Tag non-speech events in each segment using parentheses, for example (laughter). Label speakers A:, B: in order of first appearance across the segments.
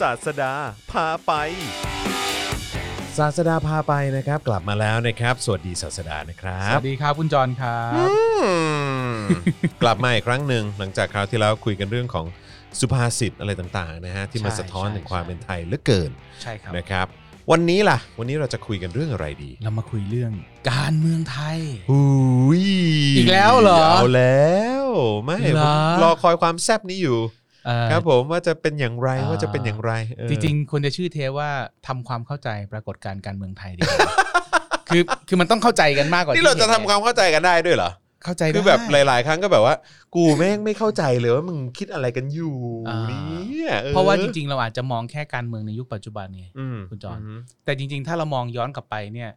A: ศาสดาพาไป ศาสดาพาไปนะครับ กลับมาแล้วนะครับ สวัสดีศาสดานะครั
B: ส
A: บ
B: วัสดีครับคุณจรครับ
A: อืมกลับมาอีกครั้งหนึ่งหลังจากคราวที่แล้วคุยกันเรื่องของสุภาษิตอะไรต่างๆนะฮะที่มัน
B: ใช่
A: สะท้อน
B: ใช่
A: ถึงความเป็น
B: ใช่
A: ไทยเหลือเกิน
B: ใช่ครับ
A: นะครับ วันนี้ล่ะ วันนี้เราจะคุยกันเรื่องอะไรดี
B: เรามาคุยเรื่องการเมืองไทย
A: หุย
B: อีกแล้วเหรอ
A: เอาแล้วไม่
B: เหร
A: ผม
B: อ
A: รอคอยความแซบนี้อยู่
B: เอ่อ
A: ครับผมว่าจะเป็นอย่างไร
B: อ่า
A: ว่าจะเป็นอย่างไรเออ
B: จริงๆควรจะชื่อเทปว่าทำความเข้าใจปรากฏการณ์การเมืองไทยดีกว่าคือคือมันต้องเข้าใจกันมากกว่า
A: นี่เราจะทำ
B: ห็น
A: ความเข้าใจกันได้ด้วยเหรอ
B: เข้าใจ
A: คือแบบห
B: ได้
A: ลาย ๆ ครั้งก็แบบว่า กูแม่งไม่เข้าใจเลยว่ามึงคิดอะไรกันอยู่
B: อ่า
A: เนี่ยออ
B: เพราะว่าจริง ๆ เราอาจจะมองแค่การเมืองในยุคปัจจุบันไง
A: อืม
B: คุณจอน แต่จริง ๆ ถ้าเรามองย้อนกลับไปเนี่ย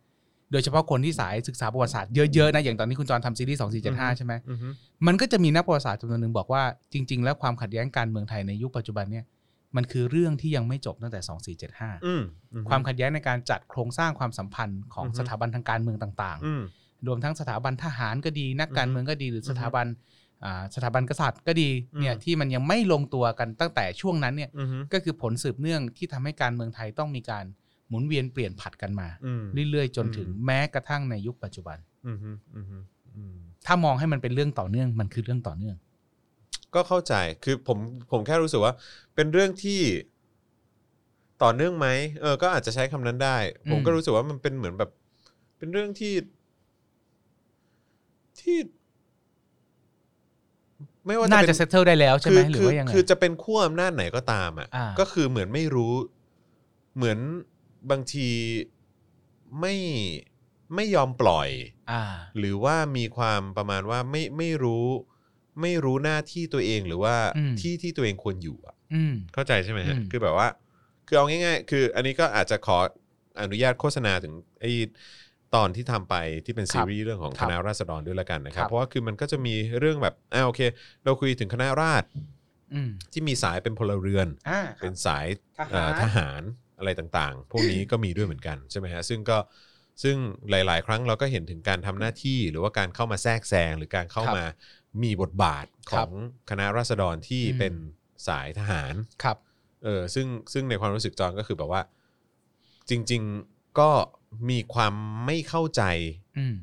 B: โดยเฉพาะคนที่สายศึกษาประวัติศาสตร์เยอะๆนะอย่างตอนนี้คุณจรทำซีรีส์2475ใช่ไหม
A: อืม
B: มันก็จะมีนักประวัติศาสตร์จำนวนหนึ่งบอกว่าจริง ๆ แล้วความขัดแย้งการเมืองไทยในยุคปัจจุบันเนี่ยมันคือเรื่องที่ยังไม่จบตั้งแต่ 2475
A: อืม
B: ความขัดแย้งในการจัดโครงสร้างความสัมพันธ์ของ
A: อือฮึ
B: สถาบันทางการเมืองต่าง
A: อืม
B: ๆ รวมทั้งสถาบันทหารก็ดี นักการ
A: อือฮึ
B: เมืองก็ดี หรืออ
A: อฮึ
B: สถาบันอ่าสถาบันกษัตริย์ก็ดีเนี่
A: อื
B: ย
A: ม
B: ที่มันยังไม่ลงตัวกันตั้งแต่ช่วงนั้นเนี่ย
A: อืม
B: ก็คือผลสืบเนื่องที่ทำให้การเมืองไทยต้องมีการหมุนเวียนเปลี่ยนผัดกันมา
A: อืม
B: เรื่อยๆ จนถึง
A: อืม
B: แม้กระทั่งในยุคปัจจุบัน
A: อืมอืมอืม
B: ถ้ามองให้มันเป็นเรื่องต่อเนื่องมันคือเรื่องต่อเนื่อง
A: ก็เข้าใจคือผมผมแค่รู้สึกว่า เป็นเรื่องที่ต่อเนื่องไหมเออ ก็อาจจะใช้คำนั้นได้ ผม
B: อืม
A: ก็รู้สึกว่ามันเป็นเหมือนแบบ เป็นเรื่องที่ ที่ ไม่ว่าจะ
B: น่า
A: เป็
B: จะเซตเทิลได้แล้วใช่ไหมหรือ
A: คือ
B: ว่ายังไง
A: คือจะเป็นขั้วอำนาจไหนก็ตามอ่ะ
B: อ่า
A: ก็คือเหมือนไม่รู้ เหมือนบางทีไม่ไม่ยอมปล่อย
B: อ่า
A: หรือว่ามีความประมาณว่าไม่ไม่รู้ ไม่รู้หน้าที่ตัวเองหรือว่า
B: อืม
A: ที่ที่ตัวเองควรอยู่อะ
B: อืม
A: เข้าใจใช่ไหมฮะ
B: อืม
A: คือแบบว่า คือเอาง่าย ๆ คืออันนี้ก็อาจจะขออนุญาตโฆษณาถึงไอ้ตอนที่ทำไปที่เป็นซีรีส์เรื่องของคณะราษฎรด้วยละกันนะครับ เพราะว่าคือมันก็จะมีเรื่องแบบอ่าโอเค เราคุยถึงคณะราษฎร
B: อืม
A: ที่มีสายเป็นพลเรือน
B: อ่า
A: เป็นสาย
B: ทหาร
A: เอ่อทหารอะไรต่างๆ พวกนี้ก็มีด้วยเหมือนกันใช่ไหมฮะซึ่งก็ซึ่งหลาย ๆ ครั้งเราก็เห็นถึงการทำหน้าที่หรือว่าการเข้ามาแทรกแซง หรือการเข้ามามีบทบาทข
B: ครั
A: อบงคณะราษฎรที่
B: อืม
A: เป็นสายทหาร
B: ครับ
A: เออซึ่งซึ่งในความรู้สึกจอนก็คือแบบว่า จริง ๆก็มีความไม่เข้าใจ
B: อืม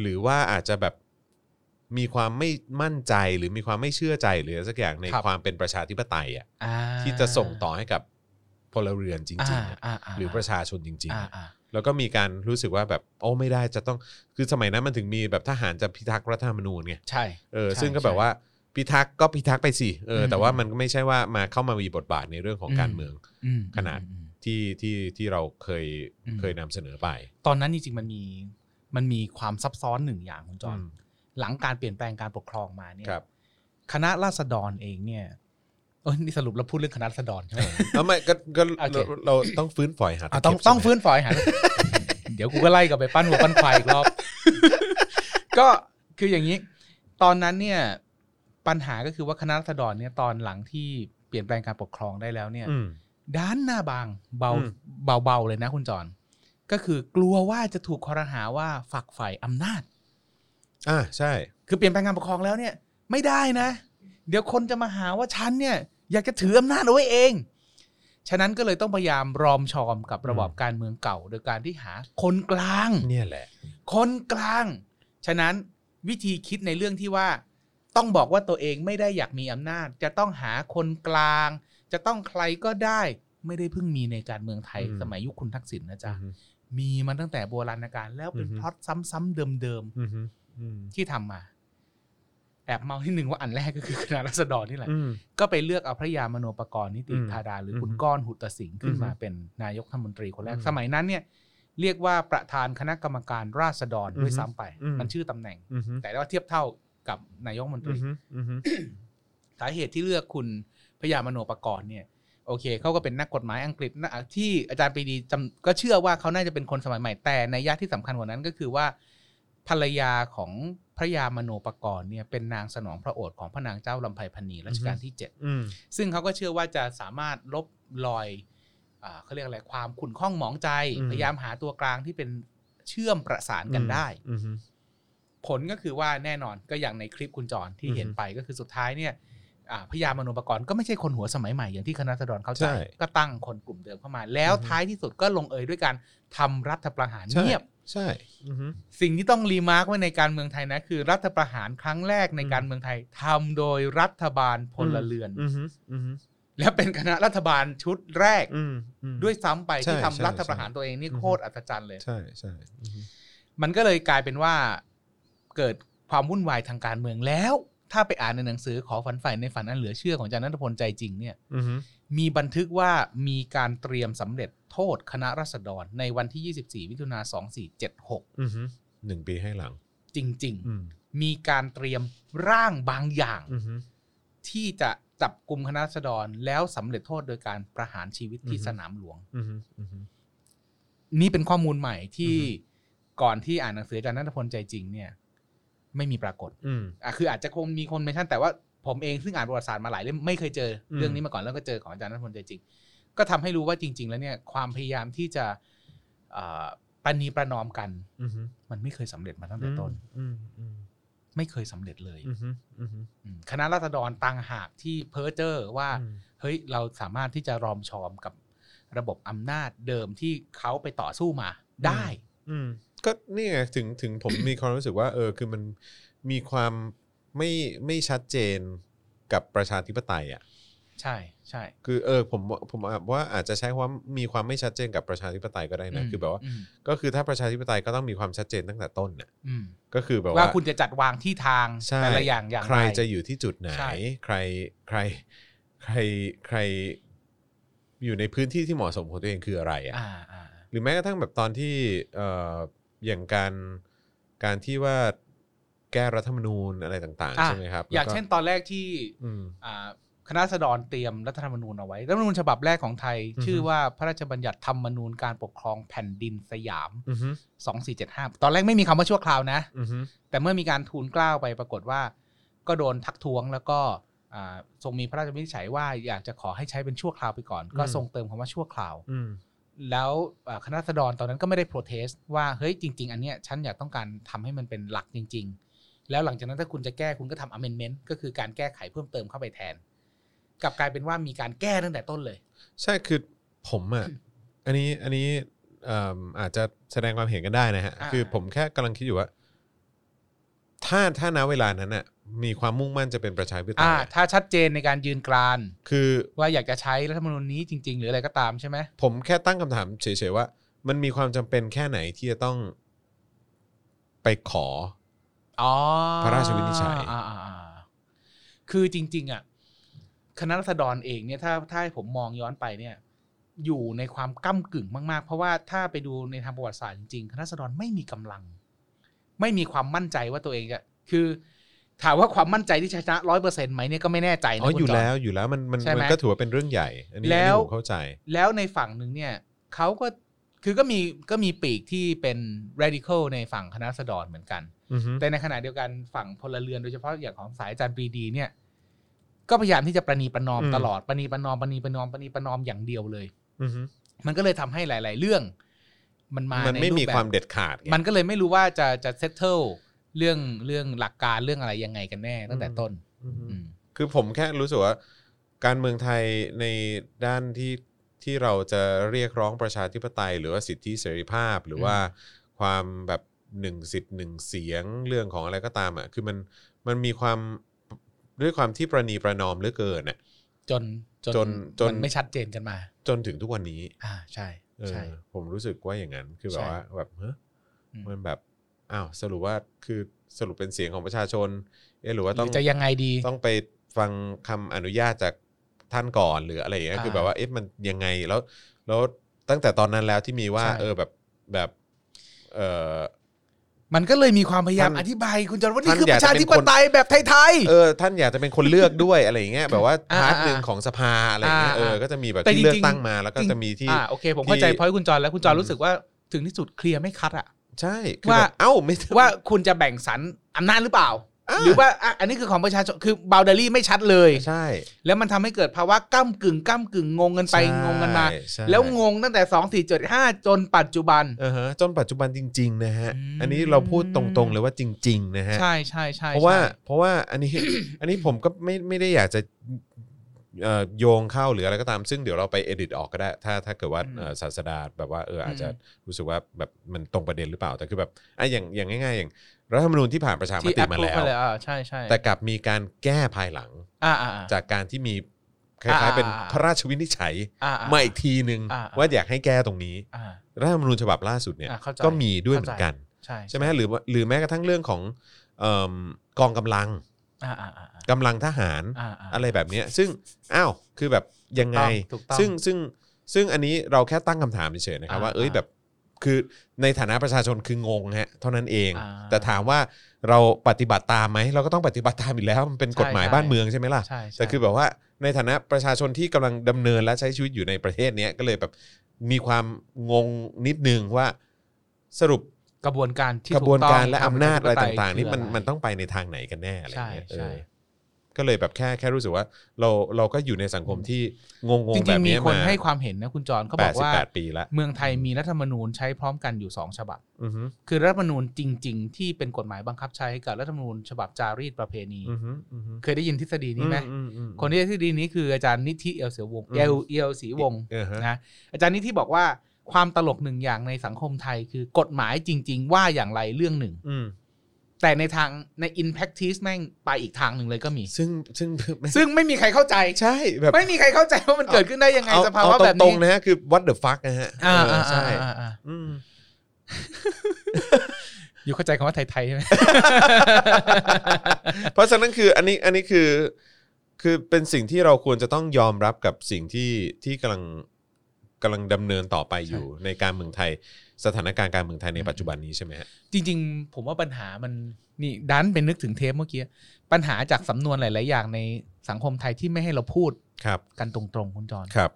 A: หรือว่าอาจจะแบบมีความไม่มั่นใจหรือมีความไม่เชื่อใจหรืออะไรสักอย่างใน
B: ครับ
A: ความเป็นประชาธิปไตยอ่ะ
B: อ่า
A: ที่จะส่งต่อให้กับพลเรือนจริงๆอะ
B: าาา
A: หรือประชาชนจริง
B: อ่า
A: ๆ
B: อ่า
A: แล้วก็มีการรู้สึกว่าแบบโอ้ไม่ได้จะต้องคือสมัยนั้นมันถึงมีแบบทหารจะพิทักษ์รัฐธรรมนูญไง
B: ใช่
A: เออ
B: ใช่
A: ซึ่งก็แบบว่าพิทักษ์ก็พิทักษ์ไปสิเอออ
B: ม
A: แต่ว่ามันก็ไม่ใช่ว่ามาเข้ามามีบทบาทในเรื่องของ
B: อืม
A: การเมือง
B: อืม
A: ขนาด
B: อืม
A: ที่ที่ที่เราเคย
B: อืม
A: เคยนำเสนอไป
B: ตอนนั้นจริงๆมันมีมันมีความซับซ้อนหนึ่งอย่างคุณจอน
A: อืม
B: หลังการเปลี่ยนแปลงการปกครองมาเนี่ย
A: ครับ
B: คณะราษฎรเองเนี่ยเออนี่สรุปเราพูดเรื่องคณะราษฎรใช่ไหม
A: เอาไม่ก็ก็
B: โอเค
A: เราเราต้องฟื้นฝอยหา
B: อ่ะต้อง
A: ตะเข็บ
B: ต้องฟื้
A: ใช่ไหม
B: นฝอยหา เดี๋ยวกูก็ไล่กลับไปปั้นหัวปั้นควายอีกร
A: (laughs)
B: อบ ก็คืออย่างนี้ ตอนนั้นเนี่ย ปัญหาก็คือว่าคณะราษฎรเนี่ยตอนหลังที่เปลี่ยนแปลงการปกครองได้แล้วเนี่ย
A: อืม
B: ด้านหน้าบางเบา
A: อืม
B: เบาๆเลยนะคุณจอนก็คือกลัวว่าจะถูกคอรหาว่าฝักใฝ่อำนาจ
A: อ่าใช่
B: คือเปลี่ยนแปลงการปกครองแล้วเนี่ย ไม่ได้นะ เดี๋ยวคนจะมาหาว่าฉันเนี่ย อยากจะถืออำนาจเอาไว้เอง ฉะนั้นก็เลยต้องพยายามรอมชอมกับระบอบ
A: อืม
B: การเมืองเก่า โดยการที่หาคนกลาง
A: เนี่ยแหละ
B: คนกลาง ฉะนั้นวิธีคิดในเรื่องที่ว่า ต้องบอกว่าตัวเองไม่ได้อยากมีอำนาจ จะต้องหาคนกลาง จะต้องใครก็ได้ ไม่ได้เพิ่งมีในการเมืองไทย
A: อืม
B: สมัยยุคคุณทักษิณนะจ๊ะ
A: อืม
B: มีมาตั้งแต่โบราณกาลแล้วเป็น
A: อือฮึ
B: พล็อตซ้ำๆเดิม
A: อืมอืม
B: ๆที่ทำมา แอบเมาที่หนึ่งว่าอันแรกก็คือคณะรัษฎรนี่แหละ
A: อืม
B: ก็ไปเลือกเอาพระยามโนปกรณ์นิติ
A: อืม
B: ธาดาหรืออ
A: ม
B: คุณก้อนหุตสิงห์ขึ้น
A: อืม
B: มาเป็นนายกรัฐมนตรีคนแรก
A: อืม
B: สมัยนั้นเนี่ย เรียกว่าประธานคณะกรรมการราษฎรด้วย
A: อืม
B: ซ้ำไป
A: อืม
B: มันชื่อตำแหน่ง
A: อืม
B: แต่ว่าเทียบเท่ากับนายกรัฐมนต
A: อื
B: รี
A: มอืม
B: สาเหตุที่เลือกคุณพยามโนปกรณ์เนี่ยโอเคเขาก็เป็นนักกฎหมายอังกฤษนะที่อาจารย์ปรีดีจำก็เชื่อว่าเขาน่าจะเป็นคนสมัยใหม่ แต่ในยะที่สำคัญกว่านั้นก็คือว่า ภรรยาของพระยามโนปกรณ์เนี่ยเป็นนางสนองพระโอษฐ์ของพระนางเจ้าลำไพพันนีรัชกาลที่เจ็ด
A: อืม
B: ซึ่งเขาก็เชื่อว่าจะสามารถลบรอยอาเขาเรียกอะไรความขุ่นข้องหมองใจ
A: อืม
B: พยายามหาตัวกลางที่เป็นเชื่อมประสานกันได้
A: อืม
B: ผลก็คือว่าแน่นอนก็อย่างในคลิปคุณจรที่เห็น
A: อือฮึ
B: ไปก็คือสุดท้ายเนี่ย อ่าพยามโนปกรณ์ก็ไม่ใช่คนหัวสมัยใหม่อย่างที่คณะสดรเข้าใจ
A: ใช่
B: ก็ตั้งคนกลุ่มเดิมเข้ามา แล้ว
A: อือฮึ
B: ท้ายที่สุดก็ลงเอยด้วยการทำรัฐประหาร
A: ใช่
B: เงียบ
A: ใช่อือฮึ
B: สิ่งที่ต้องรีมาร์กไว้ในการเมืองไทยนะ คือรัฐประหารครั้งแรกใน
A: อืม
B: การเมืองไทยทำโดยรัฐบาลพล
A: ม
B: เรือน
A: อือฮึอือฮึ
B: และเป็นคณะรัฐบาลชุดแรก
A: อืมอืม
B: ด้วยซ้ำไป
A: ใช่
B: ที่ทำ
A: ใช่
B: รัฐประหารตัวเองนี่
A: อือฮึ
B: โคตรอัศจรรย์เลย
A: ใช่ใช่อือฮึ
B: มันก็เลยกลายเป็นว่าเกิดความวุ่นวายทางการเมืองแล้ว ถ้าไปอ่านในหนังสือขอฝันใฝ่ในฝันอันเหลือเชื่อของอาจารย์นัทพลใจจริงเนี่ย
A: อือฮึ
B: มีบันทึกว่ามีการเตรียมสำเร็จโทษคณะรัษฎรในวันที่ 24มิถุนา
A: อือฮึหนึ่งปีให้หลัง
B: 2476 จริง
A: อืม
B: ๆ มีการเตรียมร่างบางอย่าง
A: อือฮึ
B: ที่จะจับกลุ่มคณะรัษฎรแล้วสำเร็จโทษโดยการประหารชีวิตที่
A: อือฮึ
B: สนามหลวง
A: อือฮึอือฮึ
B: นี่เป็นข้อมูลใหม่ที่
A: อื
B: ก่อนที่อ่านหนังสืออาจารย์นัทพลใจจริงเนี่ยไม่มีปรากฏ
A: อืม
B: อ่ะคืออาจจะคงมีคนเมนชั่นแต่ว่าผมเองซึ่งอ่านประวัติศาสตร์มาหลายเล่มไม่เคยเจออ
A: ม
B: เรื่องนี้มาก่อนแล้วก็เจอของอาจารย์นัทพลใจจริง ก็ทำให้รู้ว่าจริง ๆ แล้วเนี่ยความพยายามที่จะเอ่อประนีประนอมกัน
A: อือฮึ
B: มันไม่เคยสำเร็จมาตั้งแต่ต้น
A: อืมอืม
B: ไม่เคยสำเร็จเลย
A: อือฮึอือฮึ
B: อืมคณะราษฎรต่างหากที่เพ้อเจ้อว่า
A: อืม
B: เฮ้ยเราสามารถที่จะรอมชอมกับระบบอำนาจเดิมที่เขาไปต่อสู้มาได้
A: อืมก็เนี่ยไงถึงถึงผม มีความรู้สึกว่าเออคือมันมีความไม่ไม่ชัดเจนกับประชาธิปไตยอ่ะ
B: ใช่ใช่
A: คือเออผมผมว่าอาจจะใช้คำว่ามีความไม่ชัดเจนกับประชาธิปไตยก็ได้นะคือแบบว่า
B: ม
A: ก็คือถ้าประชาธิปไตยก็ต้องมีความชัดเจนตั้งแต่ต้นน่ะ
B: อืม
A: ก็คือแบบ
B: ว่า
A: ว่า
B: คุณจะจัดวางที่ทาง
A: ใช่
B: แต่ละอย่างอย่าง
A: ใคร
B: ไร
A: จะอยู่ที่จุดไหน
B: ใช่
A: ใครใครใครใครอยู่ในพื้นที่ที่เหมาะสมของตัวเองคืออะไรอ่ะ
B: อ่าอ่า
A: หรือแม้กระทั่งแบบตอนที่เอ่ออย่างการการที่ว่าแก้รัฐธรรมนูญอะไรต่างๆ
B: อ่ะ
A: ใช่ไหมครับ
B: อย่าง
A: แล้วก็
B: เช่นตอนแรกที่
A: อืม
B: อ่าคณะสดรเตรียมรัฐธรรมนูญเอาไว้ รัฐธรรมนูญฉบับแรกของไทย
A: อือฮึ
B: ชื่อว่าพระราชบัญญัติธรรมนูญการปกครองแผ่นดินสยาม
A: อือฮึ
B: 2475 ตอนแรกไม่มีคำว่าชั่วคราวนะ
A: อือฮึ
B: แต่เมื่อมีการทูลเกล้าวไปปรากฏว่า ก็โดนทักท้วงแล้วก็อ่าทรงมีพระราชวินิจฉัยว่าอยากจะขอให้ใช้เป็นชั่วคราวไปก่อน ก็ทรงเติมคำว่าชั่วคราว
A: อืม
B: แล้วอ่าคณะสดรตอนนั้นก็ไม่ได้โปรเทสว่าเฮ้ยจริง ๆ อันเนี้ยฉันอยากต้องการทำให้มันเป็นหลักจริง ๆ แล้วหลังจากนั้นถ้าคุณจะแก้คุณก็ทำ amendment ก็คือการแก้ไขเพิ่มเติมเข้าไปแทนกลับกลายเป็นว่ามีการแก้ตั้งแต่ต้นเลย
A: ใช่คือผมอ่ะอันนี้อันนี้เอิ่มอาจจะแสดงความเห็นกันได้นะฮะ
B: อ่า
A: คือผมแค่กำลังคิดอยู่ว่า ถ้าถ้าณเวลานั้นน่ะมีความมุ่งมั่นจะเป็นประชาธิปไต
B: อ่าย
A: อะ
B: ถ้าชัดเจนในการยืนกราน
A: คือ
B: ว่าอยากจะใช้รัฐธรรมนูญนี้จริง ๆ หรืออะไรก็ตามใช่ไหม
A: ผมแค่ตั้งคำถามเฉยๆว่า มันมีความจำเป็นแค่ไหนที่จะต้องไปขอ
B: อ๋อ
A: พระราชวินิจฉัย
B: อ่าอ่าอ่าคือจริง ๆ อ่ะ คณะรัษฎรเองเนี่ยถ้าถ้าให้ผมมองย้อนไปเนี่ย อยู่ในความก้ากึ่งมากๆ เพราะว่าถ้าไปดูในทางประวัติศาสตร์จริงๆ คณะรัษฎรไม่มีกำลัง ไม่มีความมั่นใจว่าตัวเองจะคือ ถามว่าความมั่นใจที่ชนะร้อยเปอร์เซ็นต์ไหมเนี่ยก็ไม่แน่ใจนะ
A: อ๋อ
B: คุณ
A: อยู่
B: จน
A: แล้วอยู่แล้วมันมัน
B: ใช่ไหม
A: มันก็ถือว่าเป็นเรื่องใหญ่ อันนี้
B: แล้
A: อัน
B: ว
A: นี้ผมเข้าใจ
B: แล้วในฝั่งหนึ่งเนี่ยเขาก็คือก็มีก็มีปีกที่เป็น radical ในฝั่งคณะรัษฎรเหมือนกัน
A: อือฮึ
B: แต่ในขณะเดียวกันฝั่งพลเรือนโดยเฉพาะอย่างของสายอาจารย์ปรีดีเนี่ย ก็พยายามที่จะประนีประนอมตลอดประนีประนอมประนีประนอมประนีประนอมอย่างเดียวเลย
A: อือฮึ
B: มันก็เลยทำให้หลาย ๆ เรื่อง มันมา
A: มัน
B: ใน
A: ไม่
B: รูป
A: มี
B: แบบ
A: ความเด็ดขาดไง
B: มันก็เลยไม่รู้ว่าจะจะเซตเทิลเรื่องเรื่องหลักการเรื่องอะไรยังไงกันแน่ตั้งแต่ต้น
A: อือฮึ
B: อืม
A: คือผมแค่รู้สึกว่า การเมืองไทยในด้านที่ที่เราจะเรียกร้องประชาธิปไตย หรือว่าสิทธิเสรีภาพ หรือว่าความแบบหนึ่งสิทธิ์หนึ่งเสียงเรื่องของอะไรก็ตามอ่ะคือมันมันมีความด้วยความที่ประนีประนอมเหลือเกินอ่ะ
B: จน
A: จนจน
B: มันไม่ชัดเจนกันมา
A: จนถึงทุกวันนี้
B: อ่าใช่
A: เออ
B: ใช่
A: ผมรู้สึกว่าอย่างนั้นคือแบบ
B: ใช่
A: ว่าแบบเฮ้ย
B: อืม
A: มันแบบอ้าวสรุปว่าคือสรุปเป็นเสียงของประชาชน เอะหรือว่า
B: ห
A: ต้อ
B: รื
A: ง
B: อจะยังไงดี
A: ต้องไปฟังคำอนุญาตจากท่านก่อนหรืออะไรอย่างเงี้ย
B: อ่า
A: คือแบบว่าเอ๊ะมันยังไงแล้วแล้วตั้งแต่ตอนนั้นแล้วที่มีว่า
B: ใช่
A: เออแบบแบบเออ
B: มันก็เลยมีความพยายาม
A: ท่าน
B: อธิบายคุณจอนว่า
A: ท่า
B: นี่
A: น
B: คืออย
A: อาก
B: ประชา
A: จะเป็น
B: ธิป
A: คน
B: ไตยแบบไทย ๆ
A: เออท่านอยากจะเป็นคนเลือกด้วยอะไรอย่างเงี้ยแบบว่า
B: อ่า
A: พาร์ท
B: อ่า
A: หนึ่งของสภาอะไรอย่างเงี้ย
B: อ่า
A: เออ
B: อ่า
A: ก็จะมีแบบ
B: แต่
A: ที่เลือ
B: จริ
A: ก
B: งๆ
A: ตั้งมาแล้วก็
B: จริง
A: จะมีที่
B: อ่าโอเคผม
A: ที่
B: เข้าใจพอยคุณจอนแล้วคุณจอนรู้สึกว่าถึงที่สุดเคลียร์ไม่คัดอ่ะ
A: ใช่คือ
B: ว่า
A: แบบเอ้าไม่
B: ว่าคุณจะแบ่งสรรอำนาจหรือเปล่า
A: อ่ะ
B: หรือว่าอ่ะอันนี้คือของประชาชนคือ b บ u เดอรี่ไม่ชัดเลย
A: ใช่
B: แล้วมันทำให้เกิดภาวะก้ากึ่งก้ากึ่งงงกันไปงงกันมา
A: ใช่
B: แล้วงงตั้งแต่สองสี่เจ็ดห้าจนปัจจุบัน
A: เออฮะจนปัจจุบันจริง ๆ นะฮะ
B: อืม
A: อันนี้เราพูดตรงๆเลยว่าจริง ๆ นะฮะ
B: ใช่ใช่ใช่
A: เพราะว่า
B: ใช่
A: เพราะว่าอันนี้ อันนี้ผมก็ไม่ไม่ได้อยากจะเอ่อโยงเข้าหรืออะไรก็ตาม ซึ่งเดี๋ยวเราไปเอดิตออกก็ได้ ถ้าถ้าเกิดว่า
B: อืม
A: เอ่อศาสดาแบบว่าเอออาจจะ
B: อื
A: รู้สึกว่าแบบมันตรงประเด็นหรือเปล่าแต่คือแบบอ่ะอย่างอย่างง่าย ๆ อย่างรัฐธรรมนูญที่ผ่านประชาม
B: ที่
A: ติ
B: แอป
A: มา
B: พ
A: แล้ว
B: ไปเลยอ่าใช่ใช่
A: แต่กลับมีการแก้ภายหลัง
B: อ่าอ่าอ่า
A: จากการที่มีคล้ายๆเป็น
B: อ่า
A: พระราชวินิจฉัย
B: อ่าอ่า
A: มาอีกทีหนึ่ง
B: อ่าอ่า
A: ว่าอยากให้แก้ตรงนี้
B: อ่า
A: รัฐธรรมนูญฉบับล่าสุดเนี่ย
B: อ่าเข้าใจ
A: ก็มีด้วยเหมือนกัน
B: ใช่
A: ใช่ไหมฮะหรือว่าหรือแม้กระทั่งเรื่องของเอิ่มกองกำลัง
B: อ่าอ่าอ่าอ่าก
A: ำลังทหาร
B: อ่าา
A: อะไรแบบเนี้ยซึ่งอ้าวคือแบบยังไง
B: ถูกต้อง
A: ซึ่งซึ่งซึ่งอันนี้เราแค่ตั้งคำถามเฉยๆนะครับ
B: อ่า
A: ว่าเอ้ย
B: อ่า
A: แบบคือในฐานะประชาชนคืองงฮะเท่านั้นเอง
B: อ่า
A: แต่ถามว่าเราปฏิบัติตามไหมเราก็ต้องปฏิบัติตามอีกแล้วมันเป็น
B: ใช่
A: กฎหมาย
B: ใช่
A: บ้านเมืองใช่ไหมล่ะ
B: ใช่ใช่
A: แต่คือแบบว่าในฐานะประชาชนที่กำลังดำเนินและใช้ชีวิตอยู่ในประเทศเนี้ยก็เลยแบบมีความงงนิดนึงว่าสรุป
B: กระบวนการที่
A: กระบวนการและ
B: ถูต้
A: อำนาจอะไร
B: ท
A: ต่างๆ นี่มัน
B: คืะไร
A: มันต้องไปในทางไหนกันแน่อะไรอย่างเงี้ย
B: ใช่ใช่
A: เออก็เลยแบบแค่แค่รู้สึกว่า เราเราก็อยู่ในสังคมที่งงๆ
B: จริ
A: แบบ
B: งๆมี
A: เนี้ย
B: คน
A: มา
B: ให้ความเห็นนะคุณจรเขา
A: แปด
B: บอก
A: สิบ
B: ว่า
A: แปดปีละ
B: เมืองไทยมีรัฐธรรมนูญใช้พร้อมกันอยู่ 2 ฉบับ
A: อือฮึ
B: คือรัฐธรรมนูญจริง ๆ ที่เป็นกฎหมายบังคับใช้กับรัฐธรรมนูญฉบับจารีตประเพณี
A: อือฮึอือฮึ
B: เคยได้ยินทฤษฎีนี้ไหม
A: อือือืม
B: คนที่ได้ทฤษฎีนี้คืออาจารย์นิธิเอลเสียวงศ์
A: อืม
B: เอลเอลศรีวงศ์
A: เออฮะ
B: นะอาจารย์นิธิบอกว่าความตลกหนึ่งอย่างในสังคมไทยคือกฎหมายจริง ๆ ว่าอย่างไรเรื่องหนึ่ง
A: อืม
B: แต่ในทางใน in practice แม่งไปอีกทางหนึ่งเลยก็มี
A: ซึ่งซึ่ง (laughs)
B: ซึ่งไม่มีใครเข้าใจ
A: ใช่แบบ
B: ไม่มีใครเข้าใจว่ามันเกิดขึ้นได้ยังไง
A: เอา
B: สภาวะ
A: เอ
B: แบบ
A: ตร
B: นี้
A: งๆนะฮะคือ what the fuck นะฮะ
B: อ่า
A: เออใช่
B: อ่าอ่า
A: อืม
B: อยู่เข้าใจคำว่าไทยๆ
A: (laughs)
B: ใช่ไหม
A: เพราะฉะนั้นคืออันนี้อันนี้คือ คือเป็นสิ่งที่เราควรจะต้องยอมรับกับสิ่งที่ที่กำลังกำลังดำเนินต่อไปอยู่ในการเมืองไทย สถานการณ์การเมืองไทยในปัจจุบันนี้ใช่ไหมฮะ
B: จริง ๆ ผมว่าปัญหามันนี่ดันเป็นนึกถึงเทปเมื่อกี้ปัญหาจากสำนวนหลาย ๆ อย่างในสังคมไทยที่ไม่ให้เราพูด
A: ครับ
B: กันตรงๆคุณจร
A: ครับ